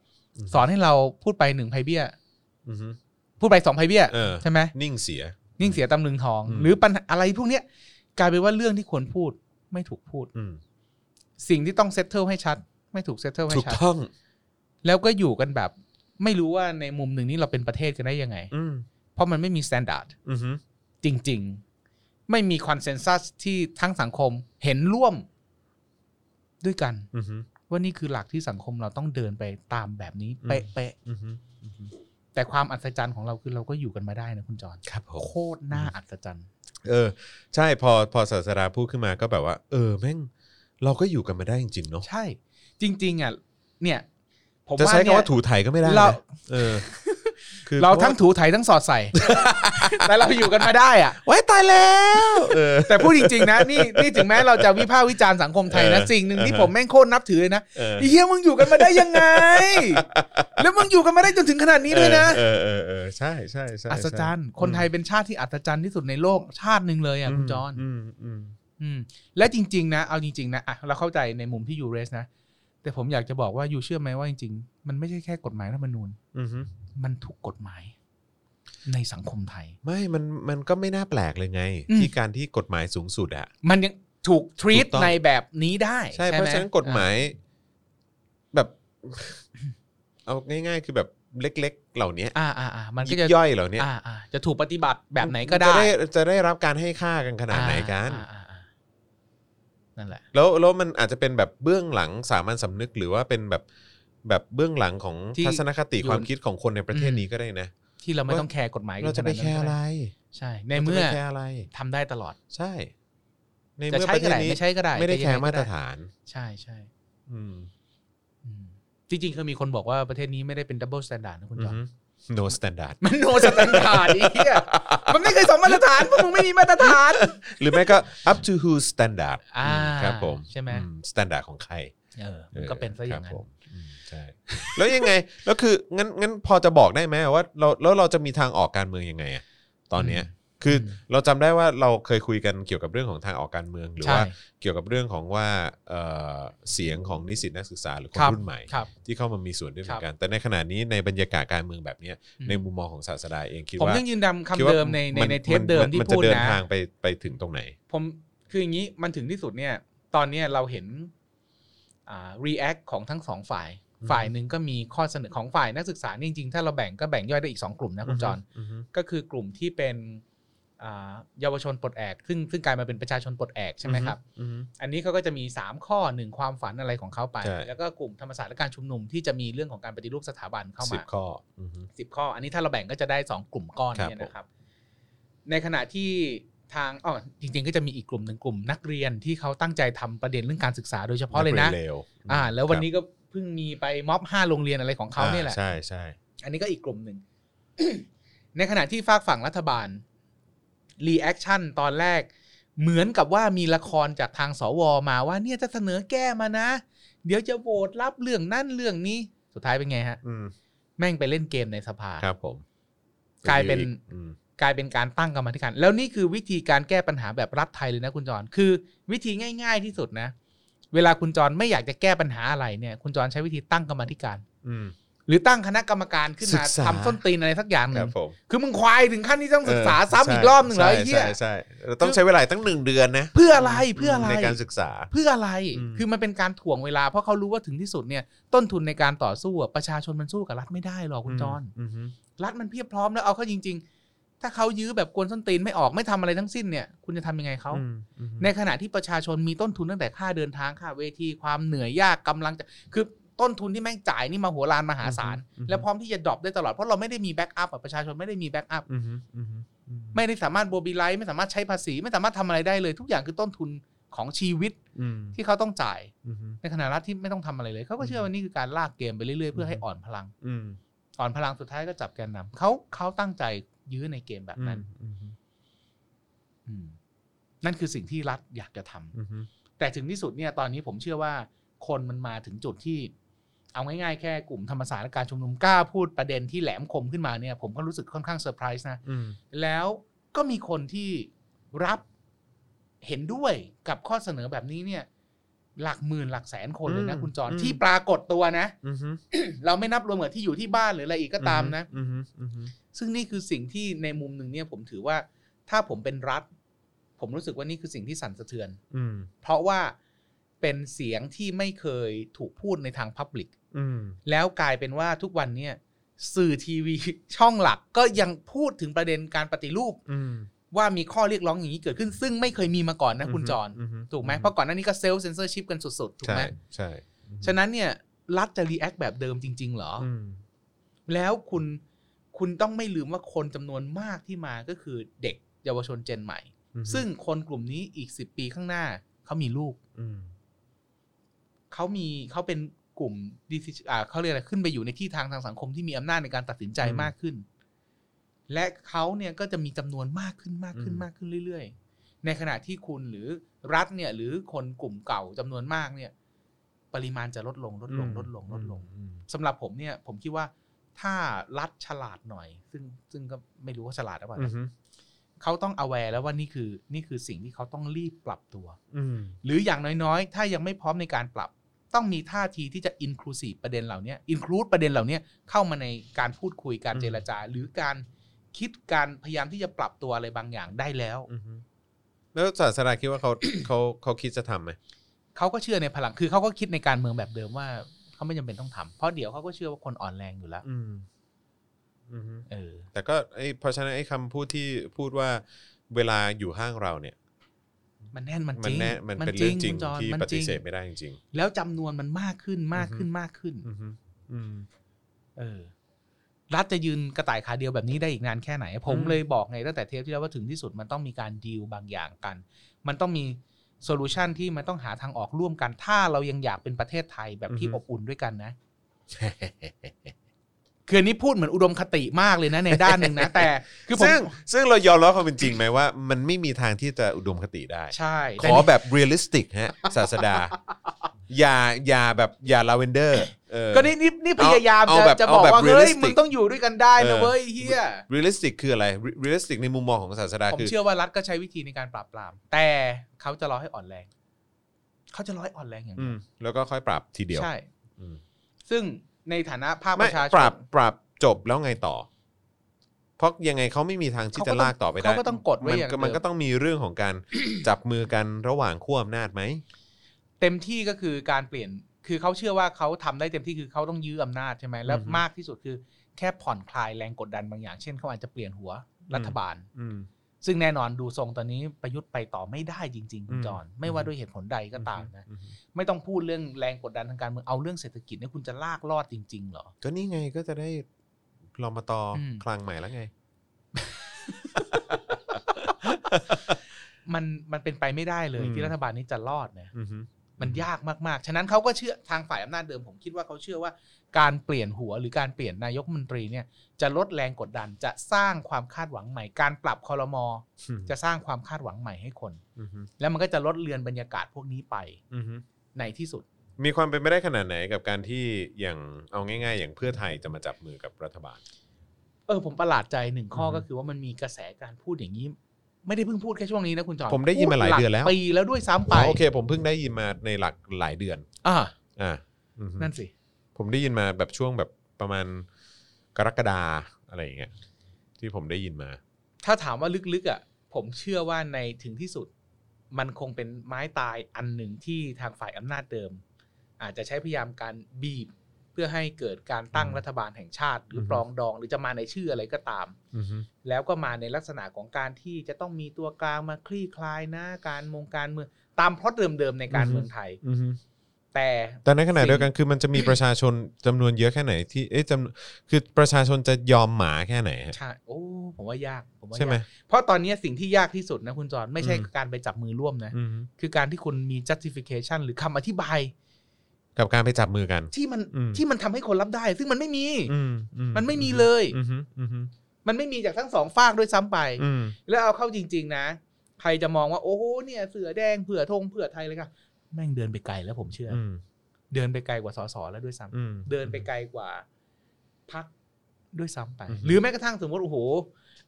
B: สอนให้เราพูดไปหนึ่งไพเบี้ย
A: อือฮึ
B: พูดไปสองไพเบี้ย
A: เออ
B: ใช่ไหม
A: นิ่งเสีย
B: นิ่งเสียตำลึงทอง
A: อืม
B: หรือปัญหาอะไรพวกเนี้ยกลายเป็นว่าเรื่องที่ควรพูดไม่ถูกพูด
A: อืม
B: สิ่งที่ต้องเซตเทิลให้ชัด ไม่ถูกเซตเทิลให้
A: ถูก
B: ชัด
A: ต้อง
B: แล้วก็อยู่กันแบบ ไม่รู้ว่าในมุมหนึ่งนี่เราเป็นประเทศกันได้ยังไง
A: อืม
B: เพราะมันไม่มีสแตนดาร์ด
A: อือฮึ
B: จริง ๆ ไม่มีคอนเซนแซสที่ทั้งสังคมเห็นร่วมด้วยกัน
A: อือฮึ
B: ว่านี่คือหลักที่สังคมเราต้องเดินไปตามแบบนี้
A: อืม
B: เป๊ะ
A: อือฮึอือฮึ
B: ๆแต่ความอัศจรรย์ของเราคือเราก็อยู่กันมาได้นะคุณจอน
A: ครับผม
B: โคตรน่าอัศจรรย์
A: เออ ใช่พอพอศาสดาพูดขึ้นมาก็แบบว่า เออแม่ง เราก็อยู่กันมาได้จริงๆเนาะ
B: ใช่ จริง ๆ อ่ะ เนี่ย ผม
A: จะ
B: ว่า
A: ใช้
B: เนี่ย
A: คำว่าถูไถก็ไม่ได้นะ
B: เรา
A: เออ คื
B: เราทั้งถูไถทั้งสอดใส่ (laughs) แต่เราอยู่กันมาได้อ่ะ
A: ไว้ตายแล้วเออ
B: แต่พูดจริง ๆ นะ นี่นี่ถึงแม้เราจะวิพากษ์วิจารณ์สังคมไทยนะ
A: เออ
B: สิ่งหนึ่งที่
A: เออ
B: ผมแม่งโคตรนับถือเลยนะ
A: เออ
B: ไอ้เฮียมึงอยู่กันมาได้ยังไง แล้วมึงอยู่กันมาได้จนถึงขนาดนี้ด้วยนะ
A: เออเออเออใช่ใช่ใช่ใช่
B: อัศจรรย์ คนไทยเป็นชาติที่อัศจรรย์ที่สุดในโลกชาติหนึ่งเลยอ่ะคุณจอน
A: อืมอืม
B: อืมและจริง ๆ นะ เอาจริง ๆ นะอ่ะเราเข้าใจในมุมที่ยูเรสนะ แต่ผมอยากจะบอกว่ายูเชื่อไหมว่าจริง ๆ มันไม่ใช่แค่กฎหมายรัฐธรรมนูญ
A: อืมอืม
B: มันทุกกฎหมาย ในสังคมไทย
A: ไม่มันมันก็ไม่น่าแปลกเลยไง
B: อืม
A: ที่การที่กฎหมายสูงสุดอะ
B: มันยังถูกทรีต
A: ถูกต้อง
B: ในแบบนี้ได้
A: ใช่
B: ไหม
A: เพราะฉะนั้นกฎหมาย แบบ เอาง่าย ๆ คือแบบเล็ก ๆ เหล่านี้
B: อ่าอ่าอ่ามัน
A: ยิ
B: ก็
A: บ
B: จะ
A: ย่อยเหล่านี้
B: อ่าอ่าจะถูกปฏิบัติแบบไหนก็
A: จะ
B: ได้
A: ได้จะได้รับการให้ค่ากันขนาดไหนกัน
B: อ่าอ่าอ่านั่นแหละ
A: แล้วแล้วมันอาจจะเป็นแบบเบื้องหลังสามัญสำนึกหรือว่าเป็นแบบแบบเบื้องหลังของ
B: ที่
A: ทัศนคติ
B: อยู่
A: ความคิดของคนในประเทศนี้ก็ได้นะ
B: ที่เราไม่ต้องแคร์กฎหมายกัน
A: เราจะไป
B: ขนด
A: แค
B: นั้น
A: ร์
B: ก็
A: อะ
B: ด้
A: ไร
B: ใช่ ในเมื่อ
A: ราจะไปแคร์อะไร
B: ทำได้ตลอด
A: ใช่ใน
B: จะ
A: เมื่อ
B: ใช้
A: ประเท
B: ก็
A: ศ
B: ได้
A: นี้
B: ไม่ใช้ก็ได้
A: ไม่ได้
B: จะ
A: แค
B: ยังง
A: ร์มาตร
B: ก็ได้
A: ฐาน
B: ใช่ใช่
A: อืม
B: อืมจริงๆเคยมีคนบอกว่าประเทศนี้ไม่ได้เป็นดับเบิลสแตนดาร์ดนะคุณจอห์น
A: อือฮึ no standard
B: มันโนสแตนดาร์ดไอ้เหี้ย
A: (laughs)
B: มันไม่เคยสองมาตรฐานเพราะมึงไม่มีมาตรฐาน
A: หรือไม่ก็ up to who standard
B: อ่า
A: อืมครับผม
B: ใช่ไหม
A: อื standard ของใคร
B: เออมันก็เป็นซะอย่าง
A: ครับ
B: นั้น
A: ผมอืมใช่ แล้วยังไง แล้วคืองั้นงั้นพอจะบอกได้ไหมว่าเราแล้วเราจะมีทางออกการเมืองยังไงอะตอนเนี้ย คือเราจำได้ว่าเราเคยคุยกันเกี่ยวกับเรื่องของทางออกการเมือง หรือ
B: ใช่
A: ว่าเกี่ยวกับเรื่องของว่าเอ่อเสียงของนิสิตนักศึกษาหรือค
B: คน รับ
A: รุ่นใหม่
B: ครับ
A: ที่เข้ามามีส่วนด้วยเหมือน
B: ครับ
A: กัน แต่ในขณะนี้ในบรรยากาศการเมืองแบบเนี้ย
B: อืม
A: ในมุมมองของศาสดาเองคิด
B: ผม
A: ว่า
B: ยังยืนดำ
A: คิ
B: คำเดิ
A: ว่าม
B: ในใน
A: น
B: ในเทป
A: น
B: เดิมที่
A: มันจะ
B: พูด
A: เดิน
B: นะ
A: ทางไปไปถึงตรงไหน
B: ผม คืออย่างนี้มันถึงที่สุดเนี่ย ตอนเนี้ยเราเห็นอ่า react ของทั้งสองฝ่าย
A: อืม
B: ฝ่ายหนึ่งก็มีข้อเสนอของฝ่ายนักศึกษานี่จริงๆ ถ้าเราแบ่งก็แบ่งย่อยได้อีกสองกลุ่มนะคุณจอน
A: มฮึม
B: ก็คือกลุ่มที่เป็นอ่าเยาวชนปลดแอก ซึ่งซึ่งกลายมาเป็นประชาชนปลดแอกใช่ไหมครับ
A: อือฮึ
B: อันนี้เขาก็จะมี 3 ข้อ 1 ความฝันอะไรของเขาไป
A: ใช่
B: แล้วก็กลุ่มธรรมศาสตร์และการชุมนุมที่จะมีเรื่องของการปฏิรูปสถาบันเข้า
A: สิ
B: มา
A: บข้ออือฮึ
B: 10 ข้อ อันนี้ถ้าเราแบ่งก็จะได้ 2 กลุ่มก้อน
A: ครับ
B: เนี่ยนะครับ ในขณะที่ทางอ๋อจริง ๆ ก็จะมีอีกกลุ่มหนึ่งกลุ่มนักเรียนที่เขาตั้งใจทำประเด็นเรื่องการศึกษาโดยเฉพาะเลยนะ
A: กว
B: อ่า แล้ววันนี้
A: ค
B: ก็เพิ่งมีไปม็อบ5โรงเรียนอะไรของ
A: รับ
B: เขาเนี่ยแหละ
A: อ่ใช่ใช่
B: อันนี้ก็อีกกลุ่มหนึ่ง (coughs) ในขณะที่ฝากฝั่งรัฐบาลรีแอคชั่นตอนแรก เหมือนกับว่ามีละครจากทางสวมาว่าเนี่ยจะเสนอแก้มานะ เดี๋ยวจะโหวตรับเรื่องนั่นเรื่องนี้ สุดท้ายเป็นไงฮะ
A: อืม
B: แม่งไปเล่นเกมในสภา
A: ครับผม
B: กลายเป็น
A: อืม
B: กลายเป็นการตั้งกรรมาธิการ แล้วนี่คือวิธีการแก้ปัญหาแบบรัฐไทยเลยนะคุณจร คือวิธีง่าย ๆที่สุดนะ เวลาคุณจรไม่อยากจะแก้ปัญหาอะไรเนี่ย คุณจรใช้วิธีตั้งกรรมาธิการ
A: อืม
B: หรือตั้งคณะกรรมการขึ้น
A: ศึ
B: มาก
A: ษา
B: ทำส้นตีนอะไรสักอย่างหนึ่
A: ค
B: ง
A: รับผม
B: คือมึงควายถึงขั้นที่ต้องศึกษาซ้ำอีกรอบหนึ่งเหรอไอ้เหี้ย
A: ใช่ใช่ใช่เราต้องใช้เวลาตั้งหนึ่งเดือนนะ
B: เพื่ออะไรเพื่ออะไร
A: ในการศึกษา
B: เพื่ออะไร
A: อืม
B: คือมันเป็นการถ่วงเวลา เพราะเขารู้ว่าถึงที่สุดเนี่ยต้นทุนในการต่อสู้อะประชาชนมันสู้กับรัฐไม่ได้หรอกคุณจอน
A: มฮึ
B: รัฐมันเพียบพร้อมแล้วเอาเข้าจริง ๆ ถ้าเขายื้อแบบกวนส้นตีนไม่ออกไม่ทำอะไรทั้งสิ้นเนี่ยคุณจะทำยังไงเขา
A: อืมอืมฮึ
B: ในขณะที่ประชาชนมีต้นทุนตั้งแต่ค่าเดินทางค่าเวทีความเหนื่อยยากกำลังจะคือต้นทุนที่แม่งจ่ายนี่มาหัวลานมหาศาลและพร้อมที่จะดรอปได้ตลอดเพราะเราไม่ได้มีแบ็กอัพอะประชาชนไม่ได้มีแบ็กอัพ
A: อืมฮึอืมฮึอืม
B: ไม่ได้สามารถโบบิไลท์ไม่สามารถใช้ภาษี ไม่สามารถทำอะไรได้เลย ทุกอย่างคือต้นทุนของชีวิต
A: อืม
B: ที่เขาต้องจ่าย
A: อืมฮึ
B: ในขณะรัฐที่ไม่ต้องทำอะไรเลย เขาก็เชื่อว่านี่คือการลากเกมไปเรื่อยๆ เพื่อให้อ่อนพลัง
A: อืม
B: อ่อนพลังสุดท้ายก็จับแกนนำเขาเขาตั้งใจยื้อในเกมแบบนั้น
A: อืมฮึ
B: อืมนั่นคือสิ่งที่รัฐอยากจะทำ
A: อืมฮึ
B: แต่ถึงที่สุดเนี่ยตอนนี้ผมเชื่อว่าคนมันมาถึงจุดที่ เอาง่ายๆแค่กลุ่มธรรมศาสตร์และการชุมนุมกล้าพูดประเด็นที่แหลมคมขึ้นมาเนี่ยผมก็รู้สึกค่อนข้างเซอร์ไพรส์นะ
A: อืม
B: แล้วก็มีคนที่รับเห็นด้วยกับข้อเสนอแบบนี้เนี่ย หลักหมื่นหลักแสนคนเลยนะ
A: อืม
B: คุณจร
A: อืม
B: ที่ปรากฏตัวนะ
A: อืมฮึ
B: เราไม่นับรวมกับที่อยู่ที่บ้านหรืออะไรอีกก็ตามนะ
A: อืมฮึอืมฮึ
B: ซึ่งนี่คือสิ่งที่ในมุมหนึ่งเนี่ย ผมถือว่าถ้าผมเป็นรัฐ ผมรู้สึกว่านี่คือสิ่งที่สั่นสะเทือน
A: อืม
B: เพราะว่าเป็นเสียงที่ไม่เคยถูกพูดในทางพับลิก
A: อืม
B: แล้วกลายเป็นว่าทุกวันเนี่ย สื่อทีวี (laughs) ช่องหลักก็ยังพูดถึงประเด็นการปฏิรูป
A: อืม
B: ว่ามีข้อเรียกร้องอย่างนี้เกิดขึ้นซึ่งไม่เคยมีมาก่อนนะคุณจร
A: อืฮึ
B: ถูกไหมเพราะก่อนหน้านี้ก็เซลล์เซนเซอร์ชิพกันสุดๆ ถูกไหม
A: ใช่ใช่
B: ฉะนั้นเนี่ย รัฐจะรีแอคแบบเดิมจริง ๆ เหรอ
A: อืม
B: แล้วคุณคุณต้องไม่ลืมว่าคนจำนวนมากที่มาก็คือเด็กเยาวชนเจนใหม่
A: อืมฮึ
B: ซึ่งคนกลุ่มนี้อีก 10 ปีข้างหน้า เขามีลูก
A: อืม
B: เขามีเขาเป็นกลุ่ม decision- อ่าเขาเรียกอะไรขึ้นไปอยู่ในที่ทางทางสังคมที่มีอำนาจในการตัดสินใจ
A: อืม
B: มากขึ้น และเขาเนี่ยก็จะมีจำนวนมากขึ้นมากขึ้น
A: อืม
B: มากขึ้นเรื่อยๆ ในขณะที่คุณหรือรัฐเนี่ย หรือคนกลุ่มเก่าจำนวนมากเนี่ย ปริมาณจะลดลงลดลงลดลงลดลง
A: อืม
B: สำหรับผมเนี่ย ผมคิดว่าถ้ารัฐฉลาดหน่อย ซึ่งซึ่งก็ไม่รู้ว่าฉลาดหรือเปล่า
A: อืม
B: นะ
A: ฮึ
B: เขาต้อง aware แล้วว่านี่คือ นี่คือสิ่งที่เขาต้องรีบปรับตัว
A: อืม
B: หรืออย่างน้อยๆ ถ้ายังไม่พร้อมในการปรับ ต้องมีท่าทีที่จะ inclusive ประเด็นเหล่านี้ include ประเด็นเหล่านี้เข้ามาในการพูดคุยการ
A: อืม
B: เจรจา หรือการคิดการพยายามที่จะปรับตัวอะไรบางอย่างได้แล้ว
A: อือฮึแล้วศาสดาคิดว่าเขา เขาเขาคิดจะทำไหม
B: เขาก็เชื่อในพลังคือเขาก็คิดในการเมืองแบบเดิมว่าเขาไม่จำเป็นต้องทำเพราะเดี๋ยวเขาก็เชื่อว่าคนอ่อนแรงอยู่แล้ว
A: อืมอือฮึ
B: เออ
A: แต่ก็ไอ้เพราะฉะนั้นไอ้คำพูดที่พูดว่าเวลาอยู่ข้างเราเนี่ย
B: มันแน่นมันจ
A: มัน
B: ริง
A: แน่มันเป็นเรื่องจริง
B: คุณจ
A: ที่
B: มัน
A: ป
B: จริ
A: ฏิ
B: ง
A: เสธไม่ได้จริง
B: แล้วจำนวนมันมากขึ้นมากขึ้นมากขึ้น
A: ๆ อือฮึอื (laughs) ม
B: เออรัฐจะยืนกระต่ายขาเดียวแบบนี้ได้อีกนานแค่ไหน ผม
A: อืม
B: เลยบอกไงตั้งแต่เทปที่แล้วว่าถึงที่สุดมันต้องมีการดีลบางอย่างกัน มันต้องมีโซลูชันที่มันต้องหาทางออกร่วมกัน ถ้าเรายังอยากเป็นประเทศไทยแบบที่อบอุ่นด้วยกันนะ คืออันนี้พูดเหมือนอุดมคติมากเลยนะ ในด้านหนึ่งนะ
A: (laughs)
B: แต่คือผม
A: ซึ่งซึ่งเรายอมรับความเป็นจริงไหมว่า มันไม่มีทางที่จะอุดมคติได้
B: ใช่
A: ข
B: แต่
A: อ
B: นี่
A: แบบเรียลลิสติกฮะ ศาสดา อย่าอย่าแบบอย่าลาเวนเดอร์
B: ก็นี่นี่นี่พยายาม
A: เอา
B: จะ
A: แบบ
B: จะบอ
A: เอา
B: ก
A: แบบ
B: ว่าเฮ้ย
A: realistic
B: มึงต้องอยู่ด้วยกันได้
A: เอ
B: นะ
A: อ
B: เว้ยเฮีย
A: เรียลลิสติกคืออะไรเรียลลิสติกในมุมมองของศาสดา
B: ผม
A: คือ
B: เชื่อว่ารัฐก็ใช้วิธีในการปราบปราม แต่เขาจะรอให้อ่อนแรงเขาจะรอให้อ่อนแรงอย่างเดียว
A: อืม แล้วก็ค่อยปรับทีเดียว
B: ใช่
A: อืม
B: ซึ่งในฐานะภาคป
A: ไม่
B: ระชาชน
A: ปรับปรับจบแล้วไงต่อ เพราะยังไงเขาไม่มีทางที่จะลากต่อไปได้
B: เขาก็ต้องกดไว้
A: มัน
B: อย่างเดิม
A: มันก็ต้องมีเรื่องของการ จับมือกันระหว่างขั้วอำนาจไหม
B: เต็มที่ก็คือการเปลี่ยน คือเขาเชื่อว่าเขาทำได้เต็มที่คือเขาต้องยื้ออำนาจใช่ไหมแล้ว
A: อือฮึ
B: มากที่สุดคือแค่ผ่อนคลายแรงกดดันบางอย่าง เช่นเขาอาจจะเปลี่ยนหัวรัฐบาล
A: อืม
B: ซึ่งแน่นอนดูทรงตอนนี้ประยุทธ์ไปต่อไม่ได้จริงๆคุณ
A: อืม
B: จอน ไม่ว่า
A: อืม
B: ด้วยเหตุผลใดก็ตามนะ
A: อืม
B: ไม่ต้องพูดเรื่องแรงกดดันทางการเมืองเอาเรื่องเศรษฐกิจเนี่ยคุณจะลากลอดจริงๆเหรอ
A: ก็นี่ไงก็จะได้รอมาตอ
B: อืม
A: คลังใหม่แล้วไง
B: (laughs) มันมันเป็นไปไม่ได้เลย
A: อืม
B: ที่รัฐบาลนี้จะรอดนะ
A: อือฮึ
B: มันยากมากๆ ฉะนั้นเขาก็เชื่อทางฝ่ายอำนาจเดิมผมคิดว่าเขาเชื่อว่าการเปลี่ยนหัวหรือการเปลี่ยนนายกรัฐมนตรีเนี่ยจะลดแรงกดดันจะสร้างความคาดหวังใหม่ การปรับคอรมอจะสร้างความคาดหวังใหม่ให้คน
A: อือฮึ
B: แล้วมันก็จะลดเลือนบรรยากาศพวกนี้ไป
A: อือฮึ
B: ในที่สุด
A: มีความเป็นไปได้ขนาดไหนกับการที่อย่างเอาง่ายๆ อย่างเพื่อไทยจะมาจับมือกับรัฐบาล
B: เออผมประหลาดใจหนึ่งข้อ
A: อือฮึ
B: ก็คือว่ามันมีกระแสการพูดอย่างนี้ ไม่ได้เพิ่งพูดแค่ช่วงนี้นะคุณจอห์น
A: ผมได้ยินมาหลายเดือนแล้ว
B: ปีแล้วด้วยซ้ำไป
A: อ๋อโอเค ผมเพิ่งได้ยินมาในหลักหลายเดือน
B: อ่า
A: อ่าอือฮึ
B: นั่นสิ
A: ผมได้ยินมาแบบช่วงแบบประมาณกรกฎาอะไรอย่างเงี้ยที่ผมได้ยินมา
B: ถ้าถามว่าลึกๆอ่ะผมเชื่อว่าในถึงที่สุด มันคงเป็นไม้ตายอันหนึ่งที่ทางฝ่ายอำนาจเดิม อาจจะใช้พยายามการบีบ เพื่อให้เกิดการตั้ง
A: อืม
B: รัฐบาลแห่งชาติ หรือ
A: อฮึ
B: ปรองดอง หรือจะมาในชื่ออะไรก็ตาม
A: อือฮึ
B: แล้วก็มาในลักษณะของการที่จะต้องมีตัวกลางมาคลี่คลายนะการมงการเมืองตามพล็อตเดิมๆในการเมืองไทย
A: อือฮึ
B: แต่
A: แต่ในขณะเดียวกันคือมันจะมีประชาชนจำนวนเยอะแค่ไหนที่เอ๊ะจำคือประชาชนจะยอมหมาแค่ไหนฮะ
B: ใช่โอ้ผมว่ายากผมว่ายาก
A: ใช่ไหม
B: เพราะตอนนี้สิ่งที่ยากที่สุดนะคุณจอห์นไม่ใช่
A: อืม
B: การไปจับมือร่วมนะ
A: อือฮึ
B: คือการที่คุณมี justification หรือคำอธิบาย
A: กับการไปจับมือกัน
B: ที่มัน
A: อืม
B: ที่มันทำให้คนรับได้ ซึ่งมันไม่มี
A: อืมอื
B: มันไม่มีเลย
A: อือฮึอือฮึ
B: มันไม่มีจากทั้งสองฝากด้วยซ้ำไป
A: อืม
B: แล้วเอาเข้าจริง ๆ นะ ใครจะมองว่าโอ้โหเนี่ย เสือแดงเผื่อธงเผื่อไทยเลยค่ะแม่งเดินไปไกลแล้วผมเชื่ออ
A: อืม
B: เดินไปไกลกว่าสสแล้วด้วยซ้ำ
A: อืม
B: เดินไปไกลกว่าพักด้วยซ้ำไป
A: อือฮึ
B: หรือแม้กระทั่งสมมติโอ้โห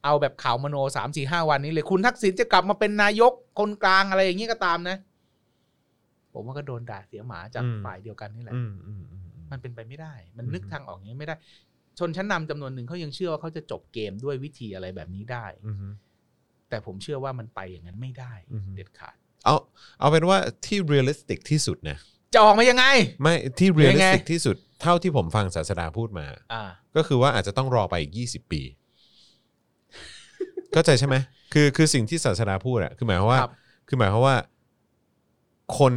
B: เอาแบบข่าวมโนสามสี่ห้าวันนี้เลยคุณทักษิณจะกลับมาเป็นนายกคนกลางอะไรอย่างเงี้ยก็ตามนะ ผมว่าก็โดนด่าเสียหมาจากฝ่ายเดียวกันนี่แหละ
A: อืมอืมอืมอืม
B: มันเป็นไปไม่ได้ มัน
A: อืม
B: นึกทางออกอย่างนี้ไม่ได้ ชนชั้นนำจำนวนหนึ่งเขายังเชื่อว่าเขาจะจบเกมด้วยวิธีอะไรแบบนี้ได้
A: อืม
B: แต่ผมเชื่อว่ามันไปอย่างนั้นไม่ได้
A: อือฮึ
B: เด็ดขาด
A: เอาเอาเป็นว่าที่เรียลลิสติกที่สุดนะ
B: จะออกมายังไง
A: ไม่ที่เรียลลิสติ
B: ยั
A: ก
B: งไง
A: ที่สุดเท่าที่ผมฟังศาสดาพูดมา
B: อ่า
A: ก็คือว่าอาจจะต้องรอไปอีก 20 ปี เข้าใจใช่ไหมคือคือสิ่งที่ศาสดาพูดอะคือหมายความว่า
B: ครับ
A: คือหมายความว่า คน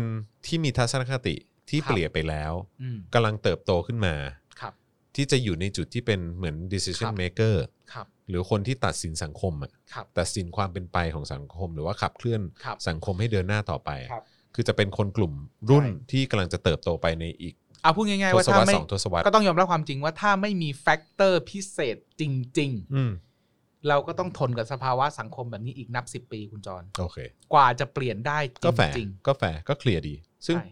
A: ที่มีทัศนคติที่
B: ครับ
A: เปลี่ยนไปแล้ว
B: อืม
A: กำลังเติบโตขึ้นมา
B: ครับ
A: ที่จะอยู่ในจุดที่เป็นเหมือน
B: ค
A: decision
B: รับ
A: maker
B: ครับ
A: หรือคนที่ตัดสินสังคมอะ
B: ครับ
A: ตัดสินความเป็นไปของสังคม หรือว่าขับเคลื่อน
B: ครับ
A: สังคมให้เดินหน้าต่อไป
B: ครับ
A: คือจะเป็นคนกลุ่มรุ่น
B: ใช่
A: ที่กำลังจะเติบโตไปในอีก
B: เอาพูดง่ายๆ
A: ท
B: ว่า
A: ศ
B: ถ้าว
A: รรษ
B: ไม่
A: สองทศวรรษ
B: ก็ต้องยอมรับความจริงว่าถ้าไม่มีแฟกเตอร์พิเศษจริง
A: อืม
B: ๆ เราก็ต้องทนกับสภาวะสังคมแบบนี้อีกนับสิบปีคุณจร
A: โอเค
B: กว่าจะเปลี่ยนได้จ
A: ก็แฝง
B: ริง
A: ก็แฝงก็เคลียร์ดี
B: ๆ
A: ซึ่ง
B: ใช่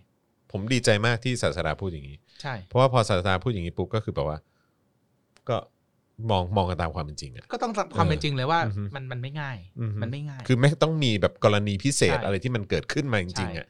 A: ผมดีใจมากที่ศาสดาพูดอย่างนี้
B: ใช่
A: เพราะว่าพอศาสดาพูดอย่างนี้ปุ๊บก็คือแบบว่า ก็มองมองกันตามความเป็นจริงอะ
B: ก็ต้องความเป็นจริงเลยว่า
A: อือฮึ
B: มันมันไม่ง่าย
A: อือฮึ
B: มันไม่ง่าย
A: คือไม่ต้องมีแบบกรณีพิเศษ
B: ใช่
A: อะไรที่มันเกิดขึ้นมาจริงๆอะ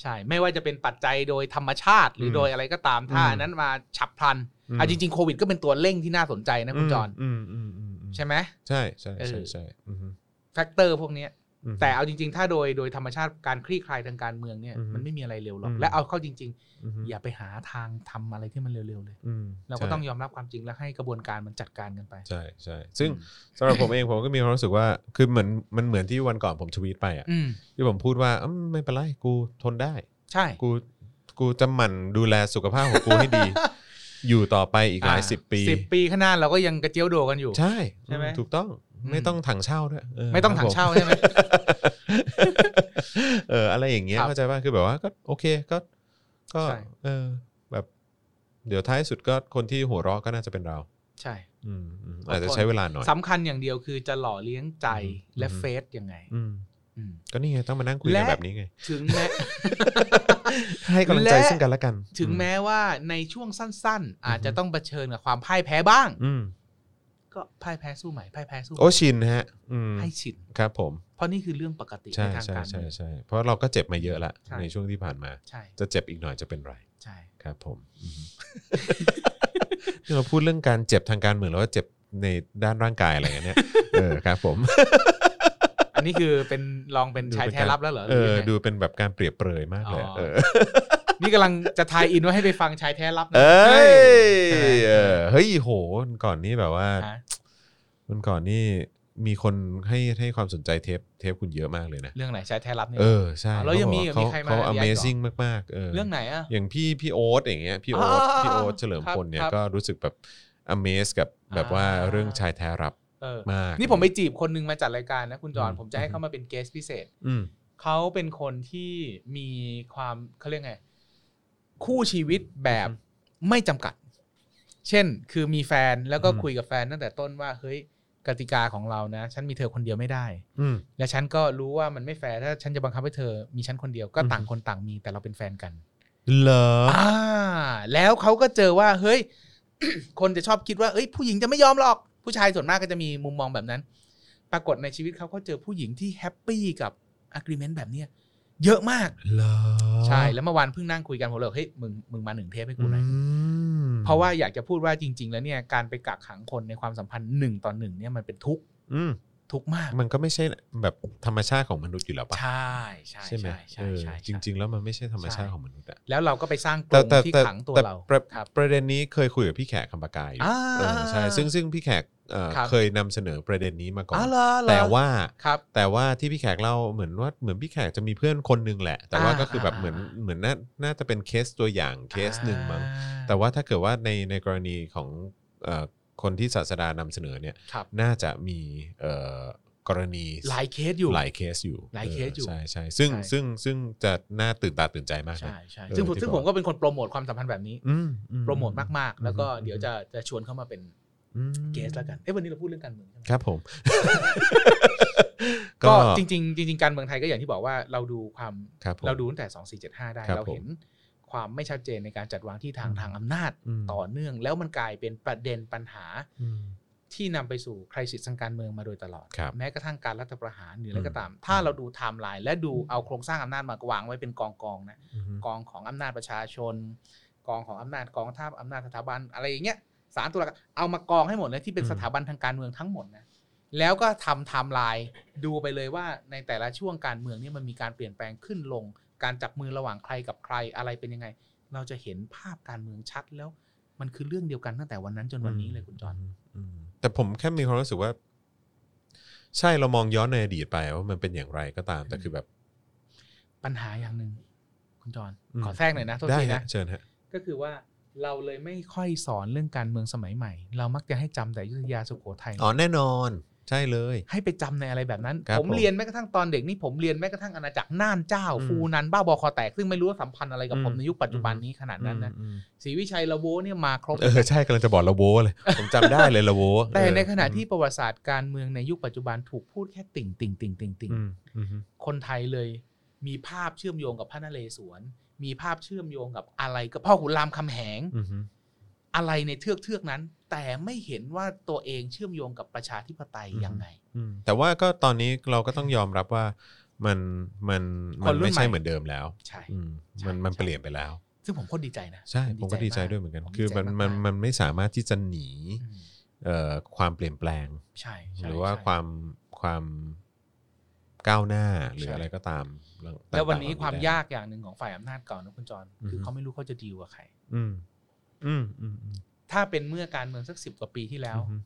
B: ใช่ ไม่ว่าจะเป็นปัจจัยโดยธรรมชาติ หรืออ
A: ม
B: โดยอะไรก็ตามถ้า
A: อืม
B: อันนั้นมาฉับพลัน
A: อืม
B: อ่ะจริงๆโควิดก็เป็นตัวเร่งที่น่าสนใจนะคุณจร
A: อืมอืมอืมอืม
B: ใช่ไหม
A: ใช่ใช่
B: เออ
A: ใช่ใช่อืมอืม
B: แฟกเตอร์พวกเนี้ย
A: อืม
B: แต่เอาจริงๆ ถ้าโดยโดยธรรมชาติการคลี่คลายทางการเมืองเนี่ย
A: อืม
B: มันไม่มีอะไรเร็วหรอ
A: อื
B: ก
A: ม
B: และเอาเข้าจริง
A: ม
B: ๆ อย่าไปหาทางทำอะไรที่มันเร็วๆเลย
A: อืม
B: เราก็
A: ใช่
B: ต้องยอมรับความจริงแล้วให้กระบวนการมันจัดการกันไป
A: ใช่ใช่ซึ่ง
B: อืม
A: สำหรับผมเองผม (laughs) ก็มีความรู้สึกว่าคือเหมือนมันเหมือนที่วันก่อนผมทวีตไปอ่ะ
B: อืม
A: ที่ผมพูดว่าอืมไม่เป็นไรกูทนได้
B: ใช่
A: กูกูจะหมั่นดูแลสุขภาพของกูให้
B: (laughs)
A: ดี อยู่ต่อไปอีกหลาย
B: อ่
A: สิบปี
B: สิบปีข้างหน้าเราก็ยังกระเจียวโดกันอยู่
A: ใช่
B: ใช่ไหม
A: อืถูกต้อง
B: อืม
A: ไม่ต้องถังเช่าด้วยเ
B: ไม่ต้องถังเช่า
A: ครับผ
B: ใช่ไหม
A: ม เอออะไรอย่างเงี้ย
B: ครับ
A: เข้าใจป่ะคือแบบว่าก็โอเคก็ ก็
B: ใช่
A: เออแบบ เดี๋ยวท้ายสุดก็คนที่หัวเราะก็น่าจะเป็นเรา
B: ใช่
A: อืมอืม
B: อดทน
A: อาจจะใช้เวลาหน่อย
B: สำคัญอย่างเดียวคือจะหล่อเลี้ยงใจและ
A: อืม
B: เฟซยังไง
A: อืม
B: อืม
A: ก็นี่ไงต้องมานั่งคุยกัน
B: และ
A: แบบนี้ไง
B: ถึงแม้
A: (laughs) ให้กำลังใจ
B: และ
A: ซึ่งกันและกัน
B: ถึงแม้ว่าในช่วงสั้น ๆ อาจจะต้องเผชิญกับความพ่ายแพ้บ้าง
A: อืม
B: ก็พ่ายแพ้สู้ใหม่พ่ายแพ้สู้ให
A: โอ
B: ม่
A: ชินฮะอืม
B: ให้ชิน
A: ครับผม
B: เพราะนี่คือเรื่องปกติ
A: ใช่
B: ในทาง
A: ใช่
B: การ
A: ใช่
B: เมือง
A: ใช่เพราะเราก็เจ็บมาเยอะละ
B: ใช่
A: ในช่วงที่ผ่านมา
B: ใช่
A: จะเจ็บอีกหน่อยจะเป็นไร
B: ใช่
A: ครับผมอืม นี่เราพูดเรื่องการเจ็บทางการเมืองแล้วว่าเจ็บ ในด้านร่างกายอะไรอย่างเงี้ย เออครับผม
B: อันนี้คือเป็นลองเป็นชายแท้ลับแล้วเหรอห
A: เอ
B: รือ
A: อ
B: ยังไง
A: ดูเป็นแบบการเปรียบเปรยมากเลย
B: อ๋อ
A: เออ
B: (laughs) นี่กำลังจะทายอินว่าให้ไปฟังชายแท้ลับนะ
A: เอ้ย
B: ใช่ไหม
A: เออเฮ้ยโหวันก่อนนี่แบบว่า
B: ฮะ
A: วันก่อนนี่มีคนให้ให้ความสนใจเทปเทปคุณเยอะมากเลยนะ
B: เรื่องไหนชายแท้ลับเนี่ย
A: เออ ใช่
B: อ๋อแล้วยังมี
A: เขาบ
B: มี
A: อก
B: ใคร
A: ว่า
B: มา
A: เขาเขา
B: react ต่อ
A: Amazing มากๆเออ
B: เรื่องไหนอ่ะ
A: อย่างพี่พี่โอ๊ตอย่างเงี้ยพี่โอ๊ต
B: อ่า
A: พี่โอ๊ตเฉลิมพลเนี่ย
B: ครับ
A: ก็รู้สึกแบบ amaze กับแบบ
B: อ่า
A: ว่าเรื่องชายแท้รับ
B: เออ
A: มาก
B: นี่ผมไปจีบคนหนึ่งมาจัดรายการนะคุณจอน
A: อืม
B: ผมจะให้เขามาเป็นเกสพิเศษ
A: อืม
B: เขาเป็นคนที่มีความเขาเรียกไง คู่ชีวิตแบบ
A: อืม
B: ไม่จำกัด เช่น คือมีแฟนแล้วก็
A: อืม
B: คุยกับแฟนตั้งแต่ต้นว่าเฮ้ยกติกาของเรานะ ฉันมีเธอคนเดียวไม่ได้
A: อืม
B: และฉันก็รู้ว่ามันไม่แฟร์ถ้าฉันจะบังคับให้เธอมีฉันคนเดียวก็
A: อืม
B: ต่างคนต่างมีแต่เราเป็นแฟนกัน
A: เหรอ
B: อ่า แล้วเขาก็เจอว่า เฮ้ย (coughs) คนจะชอบคิดว่าเอ้ย ผู้หญิงจะไม่ยอมหรอก ผู้ชายส่วนมากก็จะมีมุมมองแบบนั้น ปรากฏในชีวิตเขาก็เจอผู้หญิงที่แฮปปี้กับอะกริเมนต์แบบเนี้ยเยอะมาก
A: เหรอ
B: ใช่ แล้วเมื่อวานเพิ่งนั่งคุยกันผมเลยบอกเฮ้ย มึง มึงมาหนึ่งเทปให้
A: อื
B: กูหน่อย
A: ม
B: เพราะว่าอยากจะพูดว่าจริง ๆ แล้วเนี่ย การไปกักขังคนในความสัมพันธ์หนึ่งต่อหนึ่งเนี่ยมันเป็นทุกข์
A: อืม
B: ทุกข์มาก
A: มันก็ไม่ใช่แบบธรรมชาติของมนุษย์อยู่แล้วปะ
B: ใช่ใช่
A: ใช่ไหม
B: ใช่ใช่
A: เออ
B: ใช่
A: จริง ๆ แล้วมันไม่ใช่ธรรมชาติของมนุษย์อะ
B: แล้วเราก็ไปสร้างกร
A: แต่
B: ง
A: แต่
B: ที่
A: แต่
B: ขังตัว
A: แต่
B: เรา
A: ประ
B: ครับ
A: ประเด็นนี้เคยคุยกับพี่แขกคำปากายอยู่
B: อ่า
A: เออใช่ ซึ่งซึ่งพี่แขกเอ่อ
B: ครับ
A: เคยนำเสนอประเด็นนี้มาก่อ
B: อ๋อน เหรอเหรอ
A: แต่ว่า
B: ครับ
A: แต่ว่าที่พี่แขกเล่าเหมือนว่าเหมือนพี่แขกจะมีเพื่อนคนหนึ่งแหละ แต่ว่า
B: อ่า
A: ก็คือแบบ
B: อ่า
A: เหมือน
B: อ่า
A: เหมือนน่าน่าจะเป็นเคสตัวอย่างเคสหนึ่งมั้ง
B: อ่า
A: แต่ว่าถ้าเกิดว่าในในกรณีของเอ่อคนที่ศาสดานำเสนอเนี่ย
B: ครับ
A: น่าจะมีเอ่อกรณี
B: หลายเคสอยู่
A: หลายเคสอยู่
B: หลายเคสอยู่
A: ใช่ใช่ซึ่ง
B: ใช่
A: ซึ่งซึ่งจะน่าตื่นตาตื่นใจมากนะ
B: ใช่ใช่
A: เออ
B: ซึ่งผม
A: ที่
B: ซึ่ง
A: บอก
B: ผมก็เป็นคนโปรโมทความสัมพันธ์แบบนี้
A: อืมอื
B: โปรโมทมากๆ แล้วก็
A: อืม
B: เดี๋ยวจะจะชวนเข้ามาเป็น
A: อืม
B: เกสแล้วกันเอ้ยวันนี้เราพูดเรื่องการเมืองใช่ไหม
A: ครับผม
B: (laughs) ก็จริง ๆ จริง ๆ การเมืองไทยก็อย่างที่บอกว่าเราดูความ
A: ครับผม
B: เราดูตั้งแต่ 2475 ได้
A: ครับ
B: เราเห็นความไม่ชัดเจนในการจัดวางที่ทาง
A: อืม
B: ทางอำนาจ
A: ม
B: ต่อเนื่อง แล้วมันกลายเป็นประเด็นปัญหา
A: อ
B: ที่นำไปสู่คริสิทางการเมืองมาโดยตลอด
A: ครับ
B: แม้กระทั่งการรัฐประหารหรืออะไร
A: อืม
B: ก็ตาม ถ้าเราดูไทม์ไลน์และดูเอาโครงสร้างอำนาจมาวางไว้เป็นกองๆนะ
A: ืม
B: กองของอำนาจประชาชน กองของอำนาจกองทัพอำนาจสถาบันอะไรอย่างเงี้ยสารตุลาการเอามากองให้หมดเลยที่เป็น
A: อืม
B: สถาบันทางการเมืองทั้งหมดนะแล้วก็ทำไทม์ไลน์ดูไปเลยว่าในแต่ละช่วงการเมืองเนี่ยมันมีการเปลี่ยนแปลงขึ้นลง การจับมือระหว่างใครกับใครอะไรเป็นยังไง เราจะเห็นภาพการเมืองชัดแล้ว มันคือเรื่องเดียวกันตั้งแต่วันนั้นจนวันนี้เลยคุณจอน
A: มมแต่ผมแค่มีความรู้สึกว่า ใช่เรามองย้อนในอดีตไปว่ามันเป็นอย่างไรก็ตาม แต่คือแบบ
B: ปัญหาอย่างหนึ่งคุณจอน
A: อืม
B: ขอแทรกหน่อยนะโทษ
A: ได้
B: ที
A: ฮะ
B: นะ
A: เชิญฮะ
B: ก็คือว่าเราเลยไม่ค่อยสอนเรื่องการเมืองสมัยใหม่ เรามักจะให้จำแต่อยุทธยาสุโขทัย
A: อ๋อแน่นอน ใช่เลย
B: ให้ไปจำในอะไรแบบนั้น
A: ครับ
B: ผ
A: ผ
B: ม
A: ม
B: เรียนแม้กระทั่งตอนเด็กนี่ผมเรียนแม้กระทั่งอาณาจักรน่านเจ้า
A: อืม
B: ฟูนันบ้าบอคอแตก ซึ่งไม่รู้ว่าสัมพันธ์อะไรกับ
A: อืม
B: ผมในยุคปัจจุบันนี้ขนาดนั้นนะ
A: อืม
B: ศรีวิชัยละโวเนี่ยมาครบ
A: เออใช่กำลังจะบอกระโวเลย ผมจำได้เลยระโว
B: แต่
A: เออ
B: ในขณะที่ประวัติศาสตร์การเมืองในยุคปัจจุบันถูกพูดแค่ติ่งติ่งติ่งติ่งติ่ง
A: อืมอืมอืม
B: คนไทยเลยมีภาพเชื่อมโยงกับพระนเรศวรมีภาพเชื่อมโยงกับอะไรกับพ่อขุนรามคำแหง
A: อืมอืม
B: อะไรในเทือกเทือกๆนั้น แต่ไม่เห็นว่าตัวเองเชื่อมโยงกับประชาธิปไตย
A: อืม
B: ยังไง
A: อืมแต่ว่าก็ตอนนี้เราก็ต้องยอมรับว่ามันมัน
B: ค
A: มัน
B: นรุ่น
A: ไม่ใช่
B: ใหม่
A: เหมือนเดิมแล้ว
B: ใช่
A: อืม
B: ใช่
A: มันมัน
B: ใช่
A: เปลี่ยนไปแล้ว
B: ซึ่งผมโคตรดีใจนะ
A: ใช่ ผมก็ดีใจ
B: า
A: ด้วยเหมือนกัน
B: ผ
A: คือ
B: ดีใจ
A: มันมัน
B: ากๆ
A: มันไม่สามารถที่จะหนี
B: อืม
A: เอ่อความเปลี่ยนแปลง
B: ใช่ใช่
A: หรือว่า
B: ใช่
A: ความความก้าวหน้าหรือ
B: ใช่
A: อะไรก็ตามเรื่อง
B: แล้ววันนี้
A: ต่งๆ
B: ความ
A: เหล่
B: ยากอย่างหนึ่งของฝ่ายอำนาจเก่านะคุณจร
A: อือฮึ
B: คือเขาไม่รู้เขาจะดีลกับใคร
A: อืมอืมอืมอืม
B: ถ้าเป็นเมื่อการเมืองสักสิบกว่าปีที่แล้ว
A: อือฮึ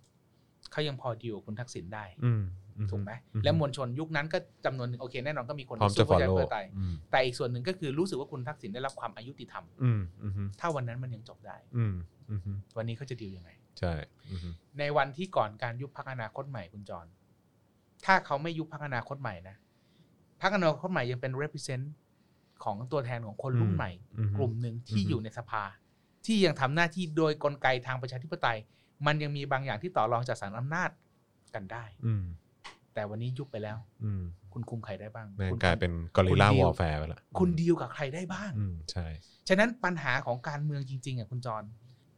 B: เขายังพอดีลกับคุณทักษิณได้
A: อืมอื
B: ถูกไหม
A: อื
B: และมวลชนยุคนั้นก็จำนวนหนึ่งโอเคแน่นอนก็มีคน
A: พร้อม
B: ที่
A: จะ
B: สู้เพื่อประชา
A: follow
B: ธิปไตย
A: อืม
B: แต่อีกส่วนหนึ่งก็คือรู้สึกว่าคุณทักษิณได้รับความอายุติธรรม
A: อืมอืมอืม
B: ถ้าวันนั้นมันยังจบได้
A: อืมอืมอืม
B: วันนี้เขาจะดีลยังไง
A: ใช่อืม
B: ในวันที่ก่อนการยุบพักอนาคตใหม่คุณจร ถ้าเขาไม่ยุบพักอนาคตใหม่นะพักอนาคตใหม่ยังเป็น represent ของตัวแทนของคนรุ่นใหม่
A: อื
B: กลุ่มหนึ่งที่
A: อือฮึ
B: อยู่ในสภา ที่ยังทำหน้าที่โดยกลไกทางประชาธิปไตย มันยังมีบางอย่างที่ต่อรองจากสารอำนาจกันได้
A: อืม
B: แต่วันนี้ยุบไปแล้ว
A: อืม
B: คุณคุมใครได้บ้าง
A: แม่ง
B: คุณ
A: กลายเป็นกอริลลาวอลแฟร์ไปละ
B: คุณดีลกับใครได้บ้าง
A: อืมใช่
B: ฉะนั้นปัญหาของการเมืองจริงๆอ่ะคุณจร